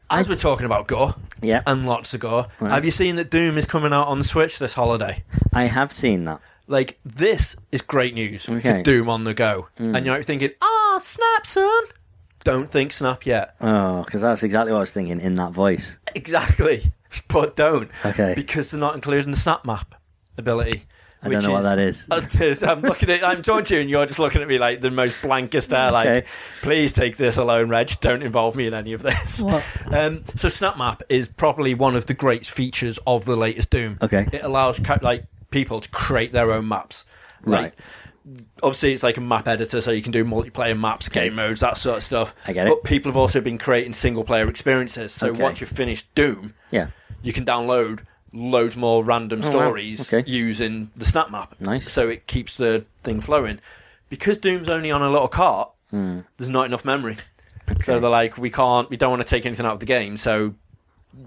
as we're talking about gore, Yeah. and lots of gore, Right. have you seen that Doom is coming out on the Switch this holiday? I have seen that. Like this is great news Okay. Hmm. for Doom on the go, and you're thinking, "Ah, snap, son." Don't think snap yet. Oh, because that's exactly what I was thinking in that voice. Exactly, but don't. Okay. Because they're not including the snap map ability. I don't know what that is. Uh, I'm looking at. I'm talking to you, and you're just looking at me like the most blankest stare. Like, Okay. please take this alone, Reg. Don't involve me in any of this. What? Um, so, snap map is probably one of the great features of the latest Doom. Okay. it allows ca- like people to create their own maps. Right. Like, obviously it's like a map editor so you can do multiplayer maps game modes that sort of stuff I get it. but people have also been creating single player experiences so Okay. once you've finished doom Yeah. you can download loads more random Oh, wow. stories Okay. using the snap map Nice. so it keeps the thing flowing because doom's only on a little cart Hmm. there's not enough memory so they're like we can't we don't want to take anything out of the game so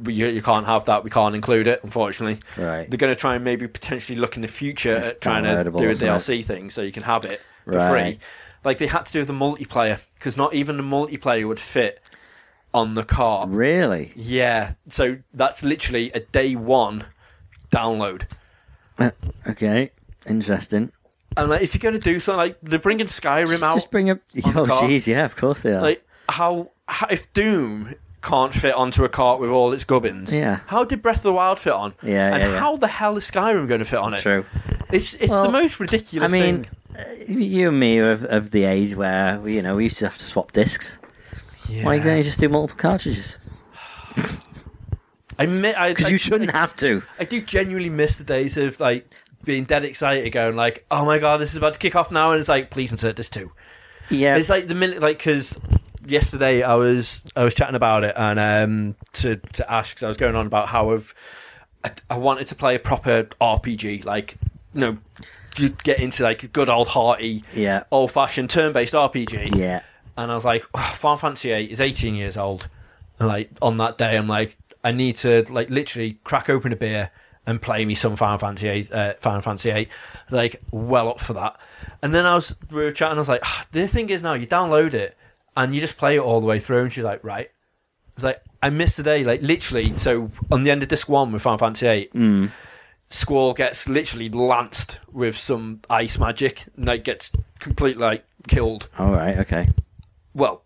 we, you, you can't have that we can't include it unfortunately Right. they're going to try and maybe potentially look in the future at trying to downloadable do a or something. DLC thing so you can have it for Right. free. Like they had to do the multiplayer because not even the multiplayer would fit on the car. Really? Yeah, so that's literally a day one download. Uh, Okay. Interesting. And like, if you're going to do something like they're bringing Skyrim Just, out, just bring up. the Oh, car. jeez. Yeah, of course they are. like how, how if Doom can't fit onto a cart with all its gubbins, Yeah. How did Breath of the Wild fit on? Yeah, and yeah, yeah. how the hell is Skyrim going to fit on it? True. It's it's Well, the most I ridiculous. mean, thing. uh, you and me are of, of the age where we, you know we used to have to swap discs. Why don't you just do multiple cartridges? I mi- I, Because I- you shouldn't have to. I do genuinely miss the days of like being dead excited, going like, "Oh my god, this is about to kick off now," and it's like, "Please insert this too." Yeah. It's like the minute, like because yesterday I was I was chatting about it and um to to Ash because I was going on about how I've I, I wanted to play a proper RPG, like you know, you get into like a good old hearty, Yeah. old fashioned turn based RPG, yeah. and I was like, oh, Final Fantasy VIII is 18 years old. And like on that day, I'm like, I need to like literally crack open a beer and play me some Final Fantasy VIII. Uh, Final Fantasy VIII, like well up for that. And then I was we were chatting. I was like, "Ah, the thing is now you download it and you just play it all the way through. And she's like, right. I was like, I missed the day. Like literally, so on the end of disc one with Final Fantasy VIII. Squall gets literally lanced with some ice magic, and like gets completely like killed All right. Okay. well,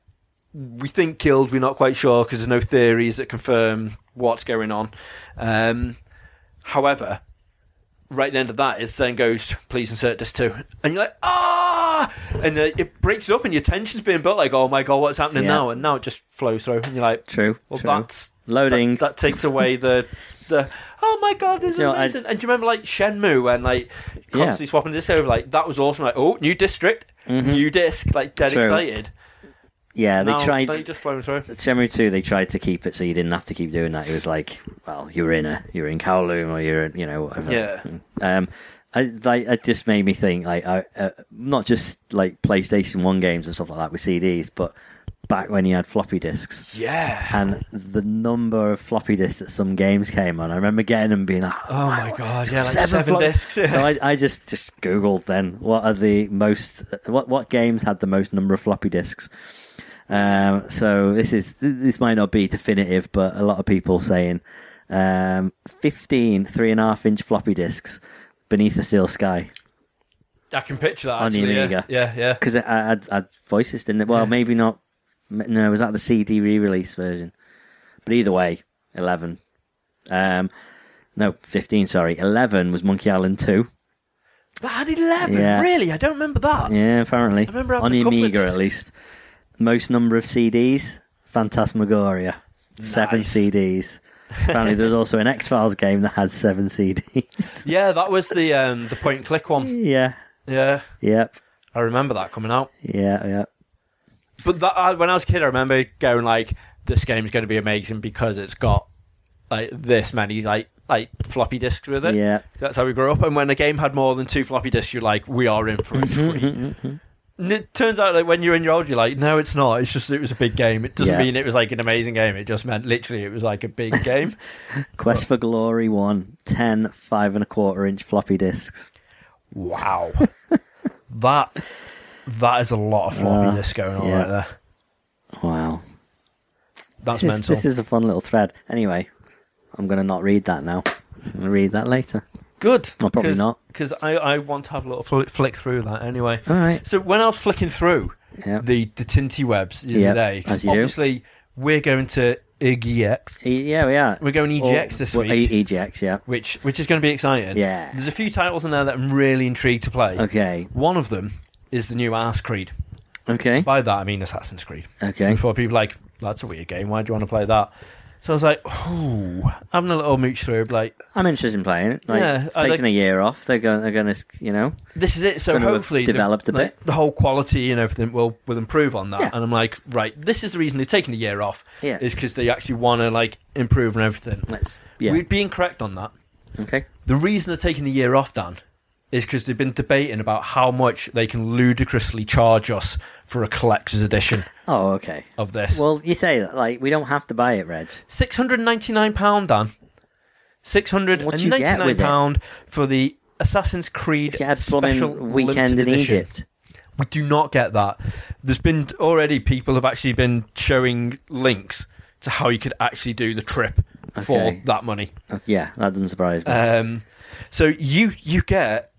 we think killed. We're not quite sure because there's no theories that confirm what's going on. Um, however, right at the end of that is then goes, please insert this too. And you're like, ah! And uh, it breaks it up and your tension's being built like, oh my God, what's happening Yeah. now? And now it just flows through. And you're like, True. well, true. that's Loading. That, that takes away the the oh my god, this is You know, I- amazing. and do you remember like Shenmue and like constantly swapping disc over? Like that was awesome. Like oh, new district, new disc. Like dead Mm-hmm. True. excited. yeah, they Now tried. They just flown through. Shenmue 2, they tried to keep it so you didn't have to keep doing that. It was like, well, you're in a, you're in Kowloon or you're, in, you know, whatever. Yeah. Um, I like it just made me think like I uh, not just like PlayStation One games and stuff like that with CDs, but back when you had floppy disks Yeah. and the number of floppy disks that some games came on. I remember getting them being like, Oh my god. Yeah, like seven, flop-" discs. so I, I just just googled then what are the most what what games had the most number of floppy disks. Um, so this is this might not be definitive, but a lot of people saying um, 15 three and a half inch floppy disks beneath the steel sky I can picture that. On the Actually, yeah. Amiga. yeah, yeah. because I I had, I had voices didn't it? Well, Yeah. maybe not. m- No, was that the CD re-release version? But either way, eleven. Um, no, fifteen. Sorry, eleven was Monkey Island two. That had eleven. Yeah. Really, I don't remember that. Yeah, apparently. remember having on a the couple of Amiga at discs. least. Most number of CDs, Phantasmagoria. Seven Nice. CDs. Apparently, there was also an X Files game that had seven CDs. Yeah, that was the um, the point and click one. yeah, Yeah, yep, I remember that coming out. yeah, yeah. But that, I, when I was a kid, I remember going like, "This game's going to be amazing because it's got like this many like like floppy discs with it." Yeah. that's how we grew up. And when a game had more than two floppy discs, you're like, "We are in for a Mm-hmm, treat." and it turns out like when you're in your old, you're like, "No, it's not. It's just it was a big game. It doesn't Yeah. mean it was like an amazing game. It just meant literally it was like a big game." Quest for Glory 1, 10 five and a quarter inch floppy discs. wow, that that is a lot of floppy Uh, discs going on yeah. right there. Wow. That's this, is, mental. this is a fun little thread. Anyway, I'm going to not read that now. I'm going to read that later. Good. Well, probably Cause, not. Because I, I want to have a little fl- flick through that anyway. All right. So when I was flicking through Yep. the, the Tinty Webs the other Yep, day, 'cause as you do. obviously we're going to EGX, E- yeah, we are. We're going EGX this well, week. E- EGX, yeah. which which is going to be exciting. Yeah. There's a few titles in there that I'm really intrigued to play. Okay. One of them is the new Ass Creed. Okay. By that I mean Assassin's Creed. Okay. Before people were like, that's a weird game. Why do you want to play that? So I was like, ooh, having a little mooch through, like I'm interested in playing it. Like, Yeah, it's I taking like- a year off. They're going. They're going to, you know. this is it. So gonna have hopefully, developed a the, bit. The, the whole quality and everything will will improve on that. Yeah. And I'm like, right, this is the reason they've taken a year off. Yeah. is because they actually want to like improve on everything. Let's. Yeah. We'd be incorrect on that. Okay. The reason they're taking a year off, Dan, is because they've been debating about how much they can ludicrously charge us for a collector's edition Oh, okay. of this. Well, you say that. Like, we don't have to buy it, Reg. Six hundred ninety nine pound, Dan. Six hundred What and you ninety get nine with it? pound for the Assassin's Creed You get a special blooming weekend limited in edition. Egypt. We do not get that. There's been already people have actually been showing links to how you could actually do the trip for Okay. that money. Oh, Yeah, that doesn't surprise me. Um, so you you get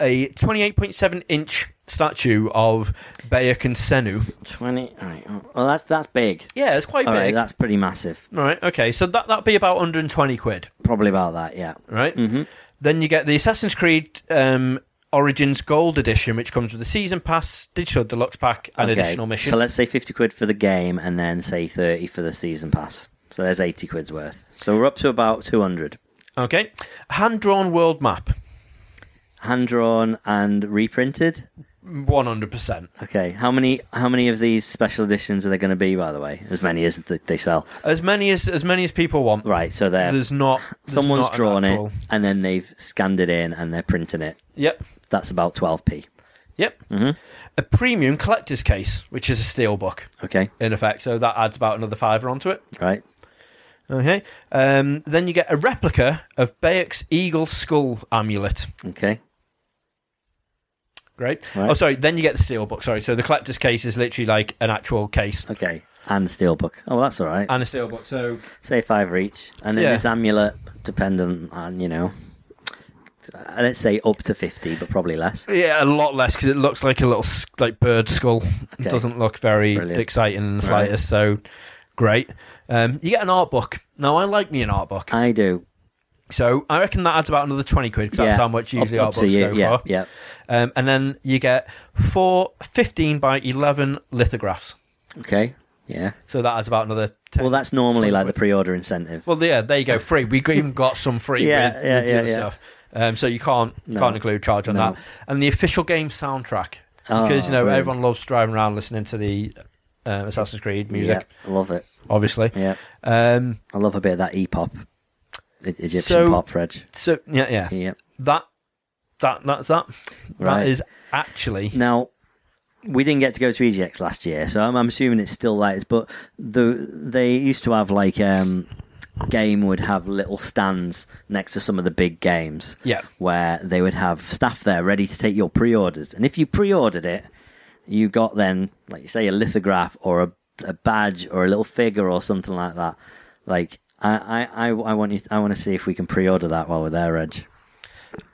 a 28.7 inch statue of Bayek and Senu. Twenty. All right. oh, Well, that's that's big. Yeah, it's quite All right, big. that's pretty massive. All right, okay. So that that'd be about 120 quid, Probably about that. Yeah. right? Mm-hmm. Then you get the Assassin's Creed um, Origins Gold Edition, which comes with a season pass, digital deluxe pack, and okay. additional mission. So let's say fifty quid for the game, and then say thirty for the season pass. So there's eighty quid's worth. So we're up to about two hundred. okay, hand drawn world map. Hand drawn and reprinted. One hundred percent. Okay, how many how many of these special editions are there going to be? By the way, as many as th- they sell. As many as as many as people want. Right, so they're There's not there's someone's not an drawn actual- it and then they've scanned it in and they're printing it. Yep, That's about twelve p. yep. A premium collector's case, which is a steel book Okay, in effect. So that adds about another fiver onto it. right. Okay. Um, then you get a replica of Bayek's eagle skull amulet. Okay, Great. Right. Oh, sorry. Then you get the steel book. Sorry. So the collector's case is literally like an actual case okay. And steelbook. Oh, well, that's all right. and a steel book. So Say five for each, and then Uh, Yeah. this amulet, dependent on you know, uh, let's say up to fifty, but probably less. yeah, a lot less because it looks like a little s- like bird skull. Okay. It doesn't look very Brilliant. exciting in the Right. slightest. So great. Um, you get an art book. Now I like me an art book. I do. So I reckon that adds about another 20 quid because that's how much usually Up- our up to books you, go yeah, for. Yeah, Um, and then you get four 15 by 11 lithographs. okay, yeah. So that adds about another 10. Well, that's 20 normally like the quid. pre-order incentive. Well, yeah, there you go. Free. We even got some free Yeah, with, yeah, with the yeah, other yeah. stuff. Um, so you can't you No. can't include charge on No. that. And the official game soundtrack Oh, because you know brilliant. everyone loves driving around listening to the uh, Assassin's Creed music, Yeah, I love it. obviously. Yeah, Um, I love a bit of that e-pop, E- Egyptian So- pop, Reg. so yeah, yeah, Yeah. that that that's that. Right. That is actually Now, we didn't get to go to EGX last year, so I'm, I'm assuming it's still like this. But the they used to have like um, game would have little stands next to some of the big games. Yeah. where they would have staff there ready to take your pre-orders, and if you pre-ordered it, you got then like you say a lithograph or a, a badge or a little figure or something like that. Like I, I, I, I want you. I want to see if we can pre-order that while we're there, Reg.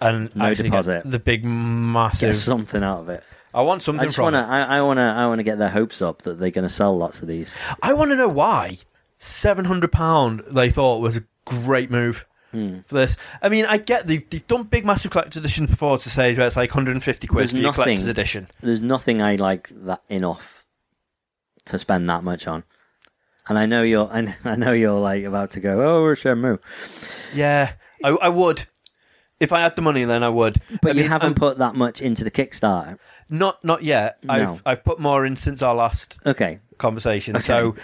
and No actually get deposit. the big Get massive. something out of it. I want I something just from. want to. it. I want to. I want to get their hopes up that they're going to sell lots of these. I want to know why seven hundred pound they thought was a great move Hmm. for this. I mean, I get they've, they've done big massive collector's editions before to say where it's like one hundred and fifty quid There's for your nothing. collector's edition. There's nothing I like that enough to spend that much on. And I know you're. I I know you're like about to go. Oh, we're Shenmue, Yeah, I, I would. If I had the money, then I would. but I you mean, haven't I'm- put that much into the Kickstarter. Not not yet. No. I've I've put more in since our last Okay, conversation. Okay. So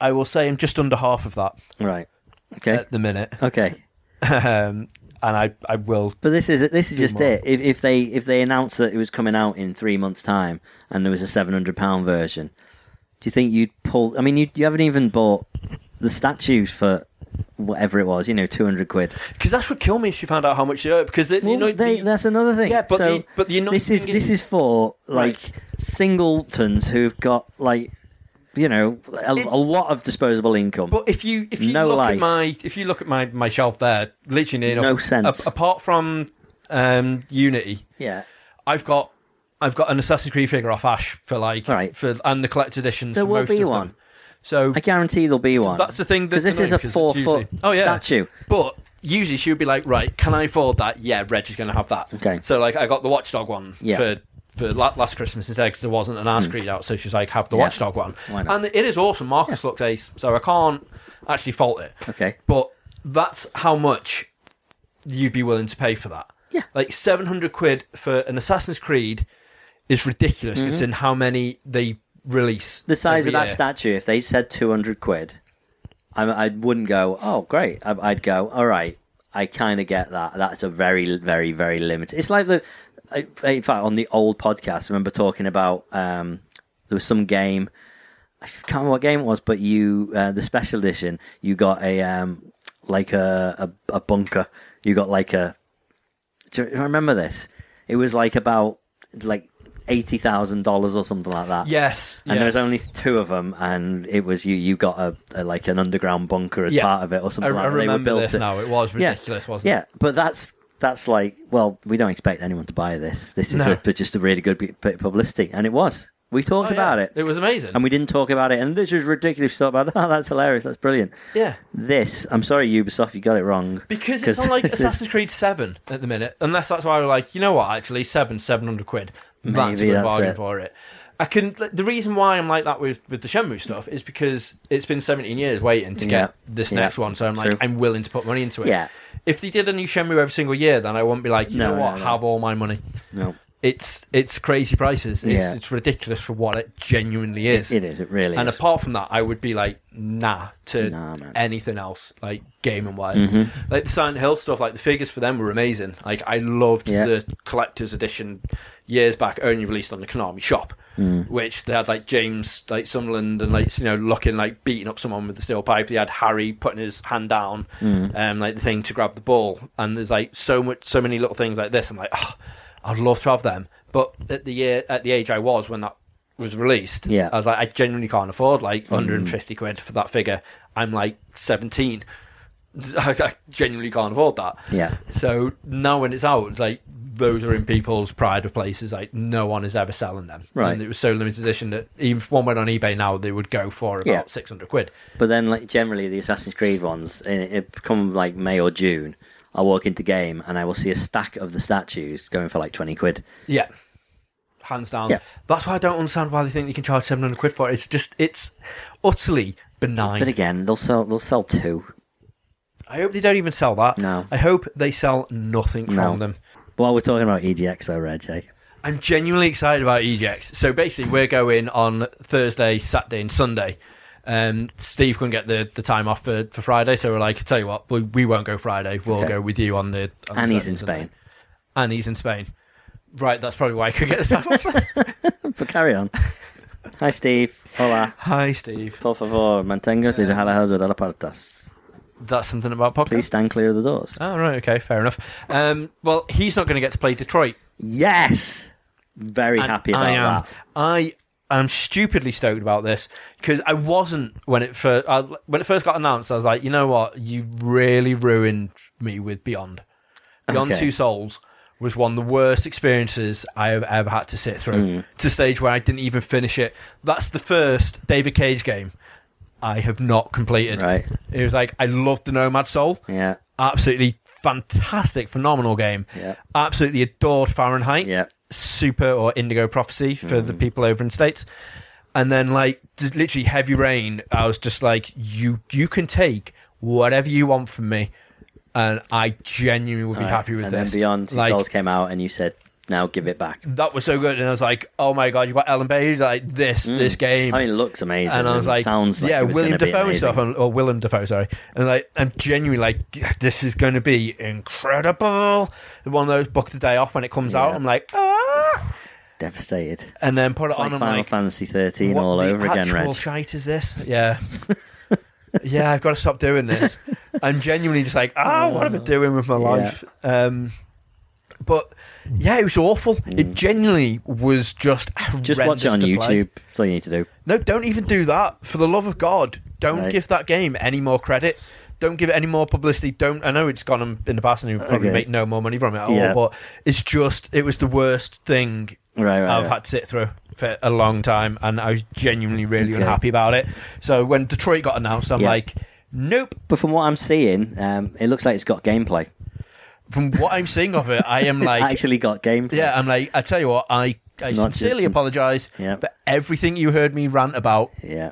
I will say I'm just under half of that right. Okay, at the minute, okay. um, and I I will. But this is this is just more. it. If, if they if they announced that it was coming out in three months' time and there was a seven hundred pound version, do you think you'd pull? I mean, you you haven't even bought the statues for whatever it was. You know, two hundred quid. Because that would kill me if you found out how much they owe. Because they, Well, you know, they, the- that's another thing. Yeah, but so the- but the annoying this is thing this is- is for like Right. singletons who've got like you know a, It- a lot of disposable income. But if you if you No look life. at my if you look at my, my shelf there, literally near No enough, sense. a- apart from um, Unity, yeah, I've got I've got an Assassin's Creed figure off Ash for like Right. for and the collector editions. There for will most be of them. one. So I guarantee there'll be one. that's the thing because that's this is annoying, a 'cause it's four foot usually- Oh, yeah. statue. But usually she would be like, right, can I afford that? Yeah, Reg is going to have that. Okay. So like, I got the Watchdog one Yeah. Hmm. for for la- last Christmas instead because there wasn't an Ass Creed out, so she's like, have the Yeah. Watchdog one. Why not? And it is awesome. Marcus looks ace, so I can't actually fault it. Okay. But that's how much you'd be willing to pay for that. Yeah. Like seven hundred quid for an Assassin's Creed is ridiculous considering how many they release. Mm-hmm. The size of every that year. statue. If they said two hundred quid, I, I wouldn't go. Oh, great! I, I'd go. All right, I kind of get that. That's a very, very, very limited. It's like the. I- In fact, on the old podcast, I remember talking about um, there was some game. I can't remember what game it was, but you uh, the special edition. You got a um, like a, a a bunker. You got like a. Do you do you remember this? It was like about like eighty thousand dollars or something like that. Yes. And there was yes. only two of them, and it was you. You got a, a like an underground bunker as Yeah. part of it, or I, something I like that. They were remember built this it. now. It was Yeah. ridiculous, wasn't it? Yeah, but that's that's like, well, we don't expect anyone to buy this. This is No. a, but just a really good bit of publicity, and it was. We talked Oh, yeah. about it, Um, It was amazing. and we didn't talk about it. And this is ridiculous. We talked about oh, that's hilarious. That's brilliant. yeah. This, I'm sorry, Ubisoft, you got it wrong. Because it's 'Cause on like this is- Assassin's Creed 7 at the minute. Unless that's why we're like, you know what, actually, 7, 700 quid. That's Maybe a good that's bargain it. for it. I can. like, The reason why I'm like that with, with the Shenmue stuff is because it's been 17 years waiting to get Yeah. this Yeah. next one. So I'm True. like, I'm willing to put money into it. Yeah. If they did a new Shenmue every single year, then I wouldn't be like, you No, know what, no, no. have all my money. No, It's it's crazy prices. It's, Yeah. it's ridiculous for what it genuinely is. it is. It really And is. apart from that, I would be like, nah to Nah, man. Mm-hmm. anything else, like gaming wise. Like the Silent Hill stuff, like the figures for them were amazing. Like I loved Yeah. the collector's edition years back, only released on the Konami shop, Mm. which they had like James like Sunderland and like you know looking like beating up someone with the steel pipe. They had Harry putting his hand down, Mm. um, like the thing to grab the ball. And there's like so much, so many little things like this. I'm like, oh, I'd love to have them. But at the year, at the age I was when that was released, Yeah. Mm. I was like, I genuinely can't afford like 150 quid for that figure. I'm like 17. I, I genuinely can't afford that. Yeah. So now when it's out, like those are in people's pride of places. Like no one is ever selling them. Right. And it was so limited edition that even if one went on eBay now, they would go for about Yeah. 600 quid. eh, But then, like generally, the Assassin's Creed ones, it, it come like May or June. I'll walk into game and I will see a stack of the statues going for like 20 quid. Yeah. Hands down. Yeah. That's why I don't understand why they think you can charge 700 quid for it. It's just, it's utterly But benign. again, they'll sell they'll sell two. I hope they don't even sell that. No. I hope they sell nothing No. from them. While we're talking about EGX though, Reg, eh? I'm genuinely excited about EJX. So basically, we're going on Thursday, Saturday, and Sunday. Um, Steve couldn't get the, the time off for, for Friday, so we're like, tell you what, we, we won't go Friday. We'll Okay. go with you on the. On the And he's Saturday in Sunday." Spain. And he's in Spain. Right, that's probably why I could get the time off. But carry on. Hi Steve. Hola. Hi, Steve. Por favor, mantengate alejado de la puertas. That's something about podcasts. Please stand clear of the doors. Oh, right, okay, fair enough. Um, well, he's not going to get to play Detroit. Yes. Very And happy about I am, that. I am stupidly stoked about this because I wasn't when it first I, when it first got announced. I was like, you know what, you really ruined me with Beyond. Beyond Okay. Two Souls was one of the worst experiences I have ever had to sit through. Mm. To the stage where I didn't even finish it. That's the first David Cage game I have not completed. Right. It was like I loved the Nomad Soul Yeah. absolutely fantastic, phenomenal game. Yeah. Absolutely adored Fahrenheit. Yeah. Mm. Super or Indigo Prophecy for the people over in the States. And then like just literally heavy rain, I was just like, you you can take whatever you want from me and I genuinely would be happy with and this. then Beyond Two Like, Souls came out and you said, now give it back. that was so good and I was like, Oh my god, you got Ellen Page like this this game Mm. I mean, it looks amazing. and I was like, sounds like yeah, it was William gonna be Defoe and amazing. stuff, and- or Willem Defoe, sorry. And like, I'm genuinely like, this is going to be incredible. One of those book the day off when it comes out. Yeah. I'm like, ah, Devastated. It's and then put it like on. Final I'm like, Fantasy 13 what all the over again, actual Reg. shite is this? Yeah, yeah, I've got to stop doing this. I'm genuinely just like, ah, what am I doing with my life? Um, but yeah, it was awful. It genuinely was just Hmm. Just watch it on horrendous to play. YouTube. That's all you need to do. No, don't even do that. For the love of God, don't Right. give that game any more credit. Don't give it any more publicity. Don't. I know it's gone in- in the past, and you probably Okay. make no more money from it at Yeah. all. But it's just, it was the worst thing Right, right. I've right. had to sit through for a long time, and I was genuinely really Okay. unhappy about it. So when Detroit got announced, I'm Yeah. like, nope. But from what I'm seeing, um, it looks like it's got gameplay. From what I'm seeing of it, I am It's like, actually got gameplay. yeah, I'm like, I tell you what, I, I not just- sincerely apologise Yeah. for everything you heard me rant about. Yeah.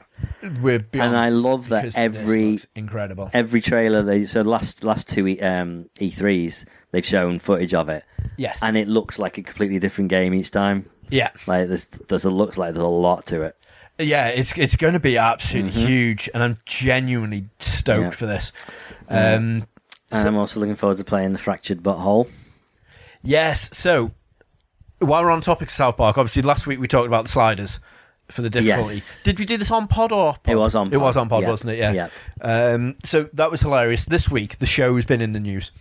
With Beyond, And I love that because this every- looks incredible. Every trailer they so last last two E- um, E3s they've shown footage of it, Yes. and it looks like a completely different game each time. yeah. Like there's there's a looks like there's a lot to it. Yeah, it's it's going to be absolutely huge, and I'm genuinely stoked Mm-hmm. Yeah. for this. Um, And I'm also looking forward to playing the fractured butthole. Yes, so while we're on topic of South Park, obviously last week we talked about the sliders for the difficulty. Yes. Did we do this on pod or off pod? It was on. It was pod. on pod, Yeah. wasn't it? Yeah. Yeah. Um, so that was hilarious. This week the show has been in the news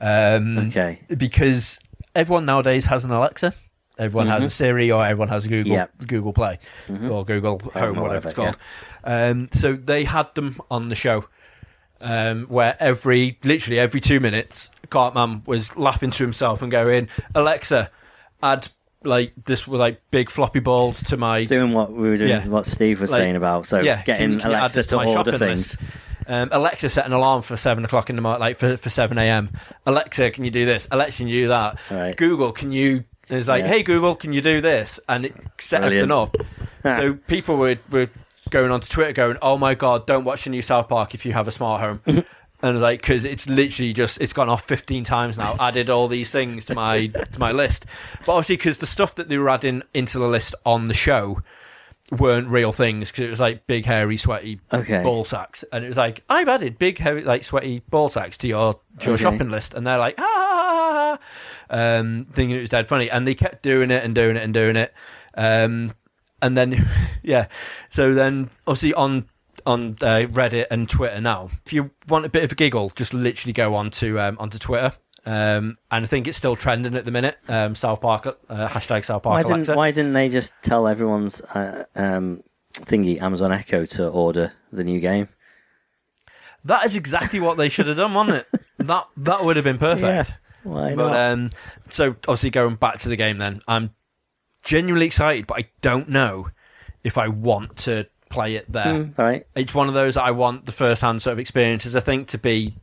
um, Okay. because everyone nowadays has an Alexa. Everyone has a Siri or everyone has a Google Yeah. Google Play or Google Home, or whatever it's whatever, called. Um, so they had them on the show um, where every literally every two minutes, Cartman was laughing to himself and going, "Alexa, add like this with like big floppy balls to my Doing what we were doing, Yeah. what Steve was Like, saying about so yeah, getting can- can you add Alexa this to my order shopping list? things. Um, Alexa set an alarm for seven o'clock in the morning, like for, for seven a.m. Alexa, can you do this? Alexa, can you do that? Right. Google, can you? It's like, Yeah. hey Google, can you do this? And it set Brilliant. everything up. so people were were going onto Twitter, going, oh my god, don't watch the new South Park if you have a smart home. And like, because it's literally just it's gone off fifteen times now. Added all these things to my to my list, but obviously because the stuff that they were adding into the list on the show weren't real things because it was like big hairy sweaty Okay. ball sacks and it was like i've added big hairy like sweaty ball sacks to your to your Okay. shopping list and they're like ah um thinking it was dead funny and they kept doing it and doing it and doing it um and then yeah so then obviously on on uh, reddit and twitter now if you want a bit of a giggle just literally go on to um onto twitter um, and I think it's still trending at the minute. Um, South Park uh, hashtag South Park. Why didn't Alexa. Why didn't they just tell everyone's uh, um, thingy Amazon Echo to order the new game? That is exactly what they should have done, wasn't it? That that would have been perfect. Why But not? um, so obviously going back to the game, then I'm genuinely excited, but I don't know if I want to play it there. Mm, All right. It's one of those that I want the first hand sort of experiences. I think to be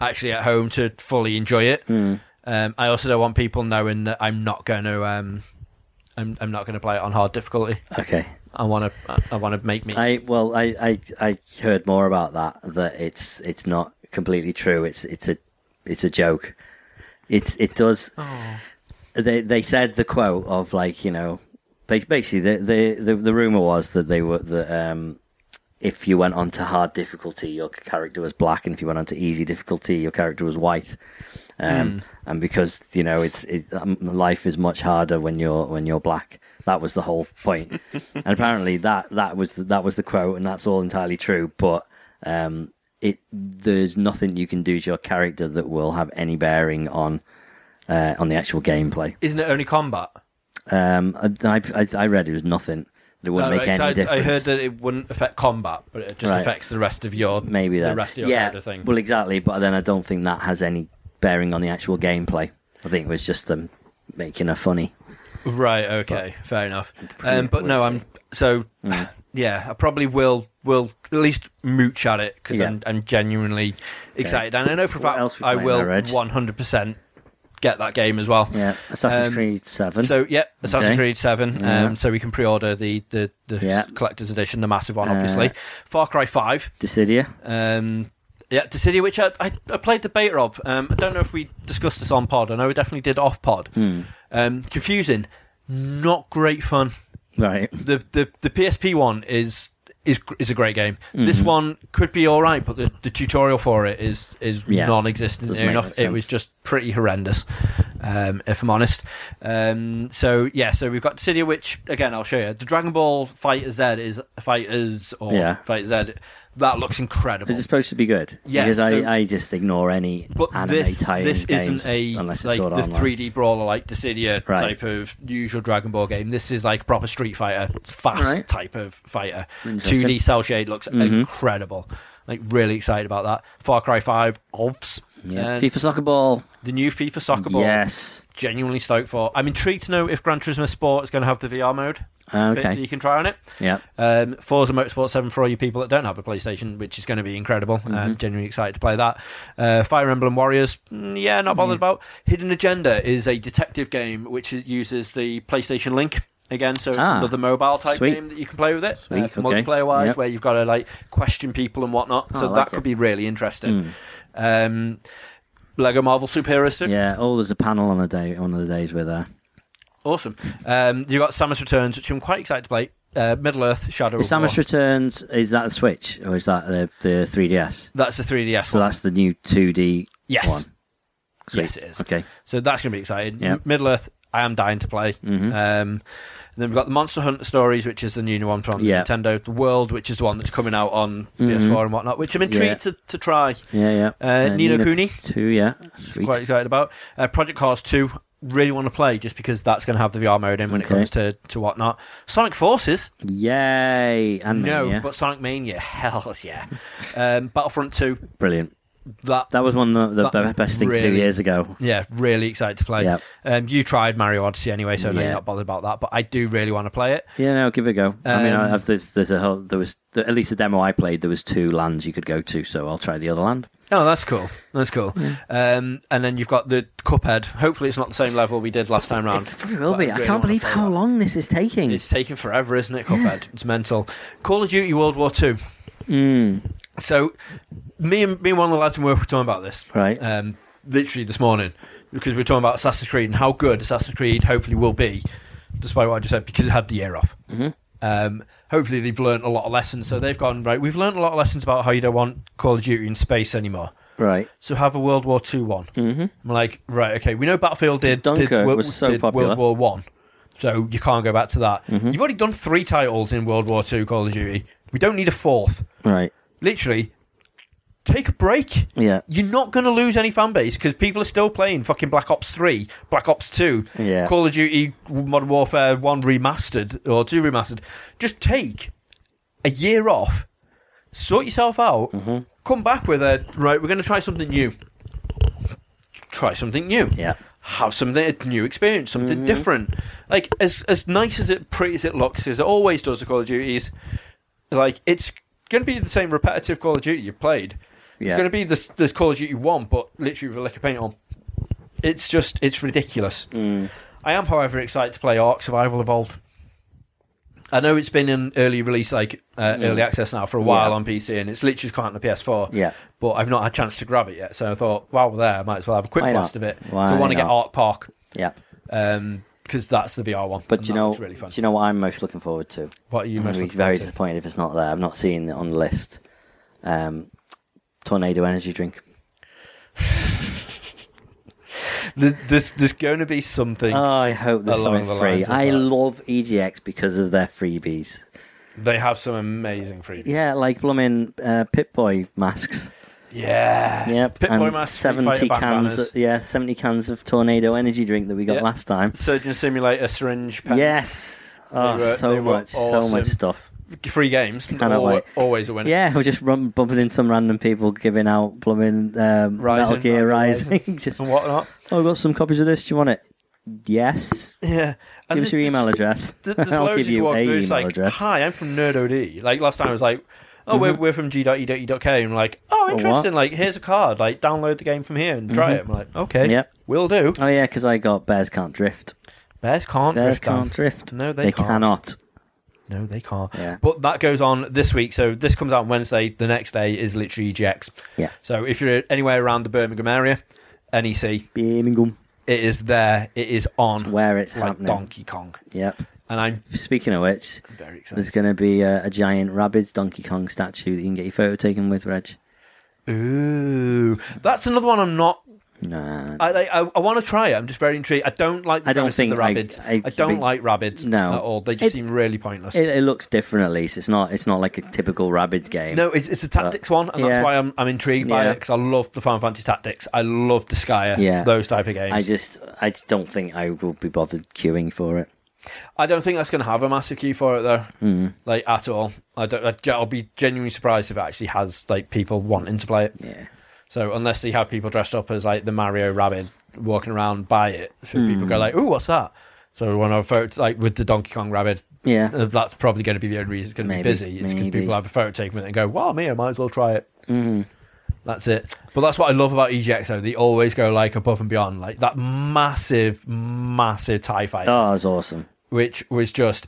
actually at home to fully enjoy it. Hmm. Um, I also don't want people knowing that I'm not going to. Um, I'm, I'm not going to play it on hard difficulty. Okay. I want to. I- I want to make me. I well, I, I I heard more about that. That it's it's not completely true. It's it's a it's a joke. It it does. They they said the quote of like you know, bas- basically the the the, the rumor was that they were that um, if you went on to hard difficulty, your character was black, and if you went on to easy difficulty, your character was white. Um, And because you know it's it, um, life is much harder when you're when you're black. That was the whole point. and apparently that that was that was the quote, and that's all entirely true. But um, it there's nothing you can do to your character that will have any bearing on uh, on the actual gameplay. Isn't it only combat? Um, I, I, I read it was nothing. It wouldn't No, make right, any 'cause I, I difference. heard that it wouldn't affect combat, but it just Right. affects the rest of your maybe the then. rest of your yeah, character thing. Well, exactly, but then I don't think that has any bearing on the actual gameplay. I think it was just them making a funny. Right. Okay. fair enough. Um, but no, we'll I'm so. Hmm. Yeah, I probably will will at least mooch at it because Yeah. I'm, I'm genuinely excited, and I know for a What fact else we I playing will there, Reg? 100 percent get that game as well. Yeah, Assassin's Um, Creed Seven. So yeah, Assassin's Okay. Creed Seven. Yeah. Um, so we can pre-order the the, the Yeah. collector's edition, the massive one, Uh, obviously. Far Cry Five. Dissidia. Um, yeah, Dissidia, which I, I, I played the beta of. Um, I don't know if we discussed this on pod. I know we definitely did off pod. Hmm. Um, confusing, not great fun. Right. The the, the PSP one is is is a great game. Hmm. This one could be all right, but the, the tutorial for it is is Yeah. non-existent Doesn't make enough. much It was just pretty horrendous, um, if I'm honest. Um, so yeah, so we've got Dissidia, which again I'll show you. The Dragon Ball Fighter Z is Fighters or Yeah. Fighter Z. That looks incredible. Is it supposed to be good? Yes, Because so- I, I just ignore any But anime this tie-in this games isn't a like unless the it's sort of three D brawler like Dissidia Right. type of usual Dragon Ball game. This is like proper Street Fighter, fast Right. type of fighter. Interesting. Mm-hmm. Two D cell shade looks incredible. Like really excited about that. Far Cry Five, obvs. Yeah. And FIFA Soccer Ball. the new FIFA Soccer Ball. Yes. Genuinely stoked for. I'm intrigued to know if Gran Turismo Sport is going to have the VR mode bit that Okay. you can try on it. Yeah. Um, Forza Motorsport 7 for all you people that don't have a PlayStation, which is going to be incredible. Mm-hmm. I'm genuinely excited to play that. Uh, Fire Emblem Warriors, mm, yeah, not bothered about. Hidden Agenda is a detective game which uses the PlayStation Link. Again, so it's Ah, another mobile type sweet. game that you can play with it, uh, Sweet, for okay. multiplayer wise, Yep. where you've got to like question people and whatnot. Oh, so I that like could it. Mm. be really interesting. Um, Lego Marvel Superheroes 2, Yeah. Oh, there's a panel on the day. One of the days we're there. awesome. Um, you got Samus Returns, which I'm quite excited to play. Uh, Middle Earth Shadow Is of War. Samus Returns? Is that a Switch or is that the the 3DS? that's the 3DS So one. that's the new 2D Yes. one. Sweet. Yes, it is. Okay. So that's going to be exciting. Yeah. Mm-hmm. M- Middle Earth, I am dying to play. Um, and then we've got the Monster Hunter Stories, which is the new one from Yeah. Mm-hmm. Nintendo. The World, which is the one that's coming out on PS4 and whatnot, which I'm intrigued Yeah. to, to try. Yeah, yeah. Uh, Nino Kuni. Two, yeah. Sweet. Quite excited about. Uh, Project Cars 2, really want to play just because that's going to have the VR mode in when Okay. it comes to, to whatnot. Sonic Forces, Yay! And no, Mania. but Sonic Mania, hell yeah. um, Battlefront 2, brilliant. that, That was one of the, the That best things two really- years ago. Yeah, really excited to play. Yep. Um, you tried Mario Odyssey anyway, so no, Yeah. you're not bothered about that. But I do really want to play it. Yeah, no, give it a go. I mean, I, Um, I've, there's, there's a whole, there was at least the demo I played. There was two lands you could go to, so I'll try the other land. Oh, that's cool. That's cool. Um, and then you've got the Cuphead. Hopefully, it's not the same level we did last time round. Probably will But be. I I really can't wanna believe play how that. long this is taking. It's taken forever, isn't it? Cuphead. It's mental. Call of Duty World War Two. Mm, So, me and me and one of the lads in work were talking about this. Right. Um, literally this morning because we were talking about Assassin's Creed and how good Assassin's Creed hopefully will be, despite what I just said, because it had the year off. Mm-hmm. Um, hopefully they've learned a lot of lessons. So they've gone right. We've learned a lot of lessons about how you don't want Call of Duty in space anymore. right. So have a World War Two one. Mm-hmm. I'm like, right, okay. We know Battlefield did. Dunkirk did, Wo- was so did popular. Mm-hmm. World War One, so you can't go back to that. You've already done three titles in World War Two Call of Duty. We don't need a fourth. Right. Literally, take a break. Yeah. You're not going to lose any fan base because people are still playing fucking Black Ops 3, Black Ops 2, Yeah. Call of Duty Modern Warfare 1 remastered or 2 remastered. Just take a year off, sort yourself out, Mm-hmm. come back with a, right, we're going to try something new. Try something new. Yeah. Have something a new experience, something Mm-hmm. different. Like as as nice as it pretty as it looks, as it always does the Call of Duties, like it's going to be the same repetitive Call of Duty you played. Yeah. It's going to be the, the Call of Duty 1, but literally with a lick of paint on. It's just, it's ridiculous. Mm. I am, however, excited to play Ark Survival Evolved. I know it's been in early release, like uh, early access now for a while Mm. Yeah. on PC, and it's literally just come out on the PS4. Yeah. But I've not had a chance to grab it yet, so I thought, while we're there, I might as well have a quick Why not? blast of it. Why so I want to get not? Ark Park, yeah. because that's the VR one. But and do you that know, looks really fun. do you know what I'm most looking forward to? what are you I'm most gonna be looking very forward to? disappointed if it's not there. I've not seen it on the list. Um, tornado energy drink. There- There's, there's going to be something Oh, I hope there's Along something the free. lines of I that. love EGX because of their freebies. They have some amazing freebies. Yeah, like blooming uh, Pit Boy masks. Yes. Yep, Pit and Boy Master, seventy cans. Of, yeah, seventy cans of Tornado energy drink that we got Yep. last time. Surgeon Simulator, syringe. Pens. Yes. Oh, were- they so were much, so awesome. much stuff. Free games. Cannot Al- wait. Always a winner. Yeah, we're just run, bumping in some random people giving out blooming um, Metal Rising, Gear Rising, Rising. just, And whatnot. oh, I've got some copies of this. Do you want it? Yes. Yeah. And give us your there's- email address. There's, there's I'll loads give of you walkthroughs, a email like, address. Mm-hmm. Hi, I'm from NerdOD. Like last time I was like, oh, we're, we're from g.e.e.k. And I'm like, oh, what? Mm-hmm. interesting. Like, here's a card. Like, download the game from here and try it. I'm like, okay. Yep. Will do. Oh yeah, because I got Bears Can't Drift. Bears can't. Bears drift down. Can't Drift. No, they can't. cannot. No, they can't. Yeah. But that goes on this week. So this comes out on Wednesday. The next day is literally EGX. Yeah. So if you're anywhere around the Birmingham area, NEC, it Birmingham. is there. It is on Where it's like happening. Donkey Kong. Yep. And I'm Speaking of which, very excited. there's going to be a, a giant Rabbids Donkey Kong statue that you can get your photo taken with, Reg. Ooh. That's another one I'm not. Nah. I I, I want to try it. I'm just very intrigued. I don't like the I don't premise of think the I- rabbits. I, I- don't like rabbits No. at all. They just It- seem really pointless. it, it looks different, at least. It's not. It's not like a typical Rabbids game. No, it's, it's a tactics one, and yeah. that's why I'm, I'm intrigued by Yeah. it because I love the Final Fantasy tactics. I love the Skyer, Yeah. those type of games. I just, I just don't think I will be bothered queuing for it. I don't think that's going to have a massive queue for it though, Hmm. like at all. I don't. I'd- I'll be genuinely surprised if it actually has like people wanting to play it. Yeah. So unless they have people dressed up as like the Mario rabbit walking around by it, so people Hmm. go like, "Ooh, what's that?" So when I vote like with the Donkey Kong rabbit, Yeah. uh, that's probably going to be the only reason it's going to be Maybe, busy. It's because maybe. Mm-hmm. people have a photo taken with it and go, "Wow, me, I might as well try it." That's it. But that's what I love about EGX though. They always go like above and beyond, like that massive, massive Tie fight Oh, it's awesome. which was just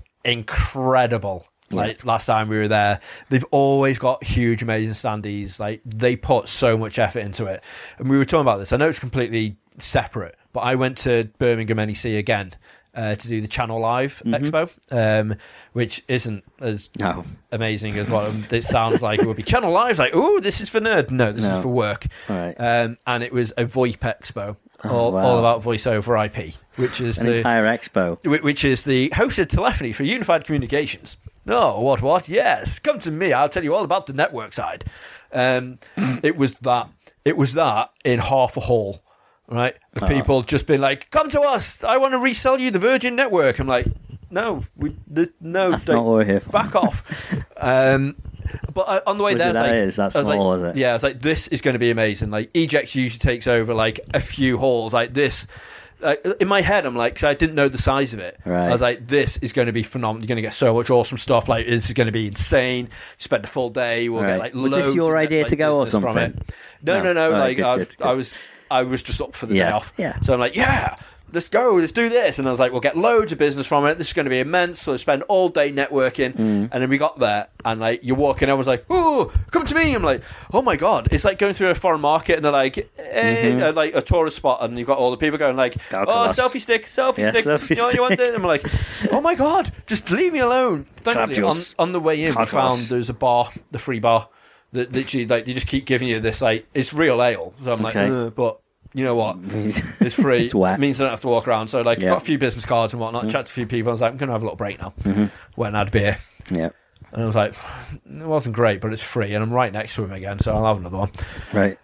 incredible. Like last time we were there, they've always got huge, amazing standees. Like they put so much effort into it. And we were talking about this. I know it's completely separate, but I went to Birmingham NEC again uh, to do the Channel Live Mm-hmm. Expo, um, which isn't as No. amazing as what it sounds like. It would be Channel Live, like, oh, this is for nerd. No, this No. is for work. Right. Oh, Um, and it was a VoIP Expo, all, wow. all about voice over IP, which is An the entire expo. whi- which is the hosted telephony for unified communications. No, what, what? Yes, come to me. I'll tell you all about the network side. Um, it was that. It was that in half a hall, right? The Ah. people just been like, "Come to us. I want to resell you the Virgin network." I'm like, "No, we, th- no, That's don't- not what we're here for. back off." um, but I, on the way Was it there, that I is? was like, That's I was small, like, is it? Yeah, I was like, "This is going to be amazing." Like, Ejex usually takes over like a few halls, like this. Like, in my head, I'm like, because I didn't know the size of it. Right. I was like, this is going to be phenomenal. You're going to get so much awesome stuff. Like, this is going to be insane. Spend a full day. We'll Right. get like Was loads. this your of, idea like, to go or business from something? it. No, no, No. no. All right, like, good, I, good, good. I was, I was just up for the day Yeah, off. yeah. So I'm like, yeah. Let's go. Let's do this, and I was like, "We'll get loads of business from it. This is going to be immense. We'll spend all day networking." Mm. And then we got there, and like you're walking, everyone's like, "Oh, come to me!" I'm like, "Oh my god!" It's like going through a foreign market, and they're like, eh, uh, "Like a tourist spot," and you've got all the people going like, Oh, "Oh, Mm-hmm. come on." selfie stick, selfie Yeah, stick, selfie you know, you want stick. this?" And I'm like, "Oh my god, just leave me alone!" Thankfully, on, Fabulous. on the way in, we Fabulous. found there's a bar, the free bar that literally like they just keep giving you this like it's real ale. So I'm like, Okay. Mm-hmm. "Ugh," but you know what? Mm. It's free. It's wet. It means I don't have to walk around. So like, Yeah. Mm-hmm. got a few business cards and whatnot. Chat to a few people. I was like, I'm gonna have a little break now. Went and had a beer, Yeah. and I was like, it wasn't great, but it's free, and I'm right next to him again, so I'll have another one. Right.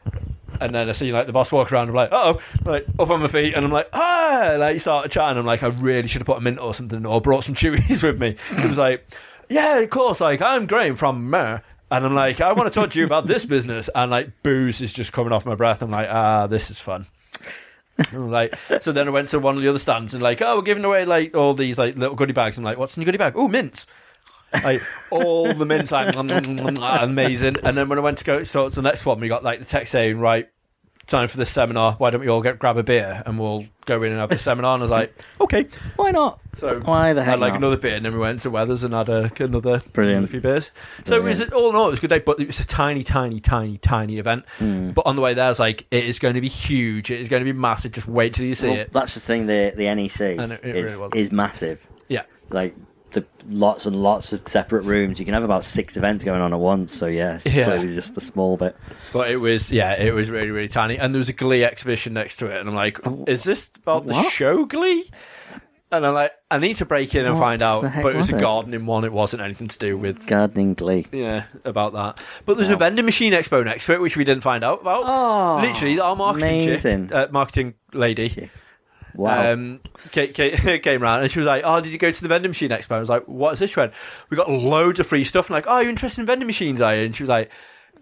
And then I see like the boss walk around. I'm like, oh, like up on my feet, and I'm like, ah, like started chatting. I'm like, I really should have put a mint or something, or brought some chewies with me. He was like, yeah, of course. Like I'm Graham from Mer. And I'm like, I want to talk to you about this business. And like, booze is just coming off my breath. I'm like, ah, this is fun. And, like so then I went to one of the other stands and like, oh, we're giving away like all these like little goodie bags. I'm like, what's in your goodie bag? Oh, mints. Like all the men's like "Mm, ah, amazing. And then when I went to go so it's the next one, we got like the text saying, Right, time for the seminar, why don't we all get grab a beer and we'll go in and have the seminar and I was like, Okay. Why not? So Why the I had heck like not? another beer and then we went to Weathers and had a, another Brilliant. another few beers. So it was Brilliant. all in all it was a good day, but it was a tiny, tiny, tiny, tiny event. Hmm. But on the way there I was like, it is going to be huge, it is going to be massive, just wait till you see Well, it. That's the thing. The the NEC And it- it is, really was. is massive. Yeah. Like the lots and lots of separate rooms. You can have about six events going on at once. So yeah, it's Yeah. clearly just the small bit. But it was, yeah, it was really, really tiny. And there was a Glee exhibition next to it. And I'm like, is this about the What? show Glee? And I'm like, I need to break in and What find out. the heck But it was, was a it? gardening one. It wasn't anything to do with, Gardening Glee. yeah, about that. But there's a vending machine expo next to it, which we didn't find out about. Oh, Literally, our marketing amazing. chick, uh, marketing lady, Shit. Wow. um, came, came, came around and she was like, "Oh, did you go to the vending machine expo?" I was like, "What is this?" She went, "We got loads of free stuff." And like, "Oh, you interested in vending machines?" Are you? And she was like,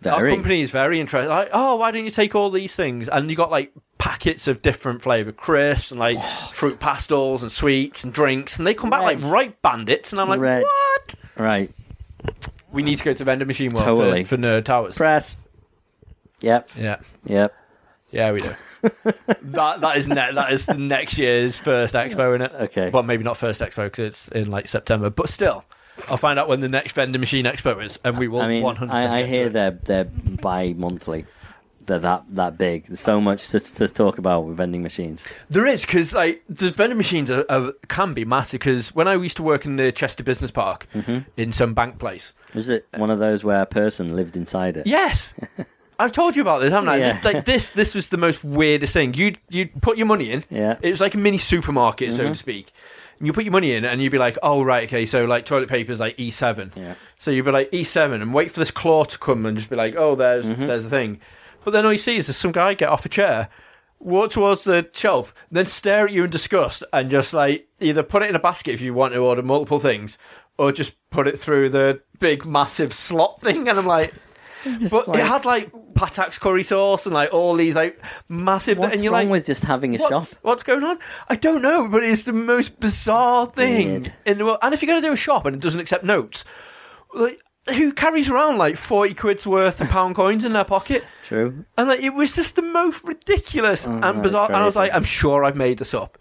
"Our Very. company is very interested." Like, "Oh, why don't you take all these things?" And you got like packets of different flavour crisps and like fruit pastels and sweets and drinks, and they come back Reg. like right bandits. And I'm like, Reg. "What? right. We need to go to vending machine world Totally. for, for nerd towers." Press. Yep. yeah. Yep. Yeah, we do. that that is ne- that is the next year's first expo, isn't it? Okay. Well, maybe not first expo because it's in like September, but still, I'll find out when the next vending machine expo is, and we will. I mean, 100% I, I get to hear it. they're they're bi-monthly. They're that that big. There's so much to, to talk about with vending machines. There is because like the vending machines are, are, can be massive. Because when I used to work in the Chester Business Park Mm-hmm. in some bank place, Was it one of those where a person lived inside it? yes. I've told you about this, haven't I? Yeah. This, like this, this was the most weirdest thing. You'd you'd put your money in. Yeah. Mm-hmm. It was like a mini supermarket, so to speak. And you put your money in, and you'd be like, "Oh right, okay." So like toilet paper's like E seven. Yeah. So you'd be like E7 and wait for this claw to come and just be like, oh, there's Mm-hmm. there's a thing. But then all you see is some guy get off a chair, walk towards the shelf, then stare at you in disgust and just like either put it in a basket if you want to order multiple things, or just put it through the big massive slot thing. And I'm like, Just but like, it had like Patak's curry sauce and like all these like massive. what's and you're wrong like, with just having a shop? What's, what's going on? I don't know, but it's the most bizarre thing Weird. in the world. And if you're going to do a shop and it doesn't accept notes, like, who carries around like 40 quid's worth of pound coins in their pocket? True. And like, it was just the most ridiculous that and is bizarre. And I was Oh, crazy. like, I'm sure I've made this up.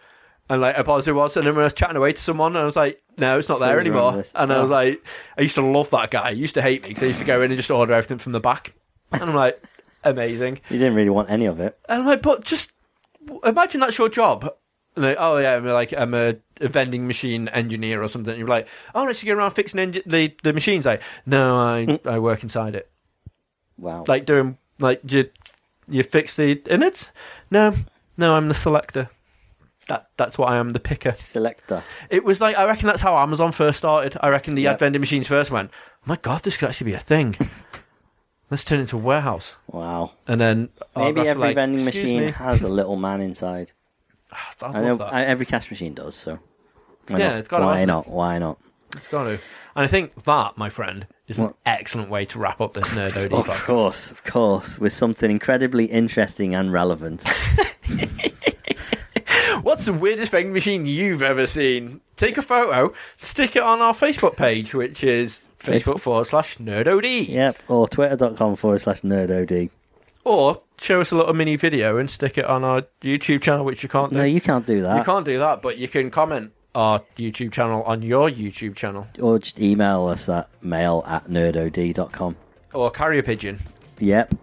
And like, I positive was. And then when I was chatting away to someone, and I was like, no, it's not there Something's wrong anymore. with this. And I Oh. was like, I used to love that guy. He used to hate me because I used to go in and just order everything from the back. And I'm like, amazing. You didn't really want any of it. And I'm like, but just w- imagine that's your job. And they, oh yeah, I'm like I'm a, a vending machine engineer or something. And you're like, oh, no, so you go around fixing engi- the the machines. Like, no, I I work inside it. Wow. Like doing like you you fix the innards. No, no, I'm the selector. That that's what I am, the picker. selector. It was like I reckon that's how Amazon first started. I reckon the Yep. ad vending machines first went. Oh my God, this could actually be a thing. Let's turn it into a warehouse. Wow. And then oh, Maybe that's every like, vending "Excuse machine me." has a little man inside. I'd love I know that. I, every cash machine does. So why Yeah, not? it's gotta, why hasn't it? not? Why not? It's got to. And I think that, my friend, is an What? excellent way to wrap up this Nerd OD Of podcast. course, of course, with something incredibly interesting and relevant. What's the weirdest vending machine you've ever seen? Take a photo, stick it on our Facebook page, which is Facebook forward slash Nerd OD. yep. Or twitter.com forward slash nerdod. Or show us a little mini video and stick it on our YouTube channel, which you can't do. No, you can't do you that. can't do that, but you can comment our YouTube channel on your YouTube channel Or just email us at mail at nerdod.com. or carrier pigeon Yep.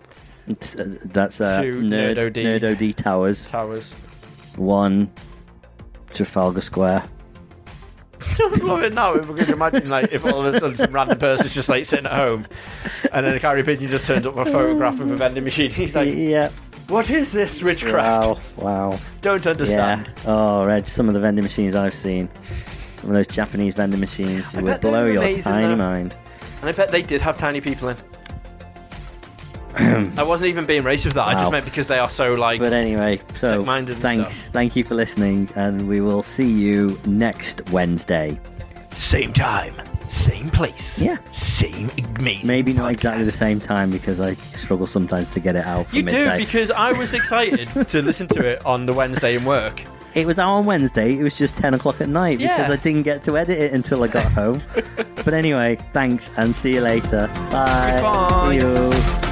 It's, uh, That's uh, To nerd, nerdod. nerdod. Towers, towers. 1 Trafalgar Square. I love it now because imagine like if all of a sudden some random person's just like sitting at home and then a carrier pigeon just turns up with a photograph of a vending machine. He's like, yep. What is this witchcraft? Wow. Wow. Don't Yeah. understand. Oh, Reg, some of the vending machines I've seen. Some of those Japanese vending machines I will bet they blow were your amazing, tiny though. mind. And I bet they did have tiny people in. I wasn't even being racist with that. I Wow. just meant because they are so like But anyway, so Tech-minded and thanks. Thank you for listening, and we will see you next Wednesday. same time, same place, uh, Yeah. same amazing. Maybe not exactly the podcast. same time because I struggle sometimes to get it out for You do midday. because I was excited to listen to it on the Wednesday in work. It was out on Wednesday. It was just 10 o'clock at night because Yeah. I didn't get to edit it until I got home. but anyway, thanks and see you later. Bye. Goodbye. See you.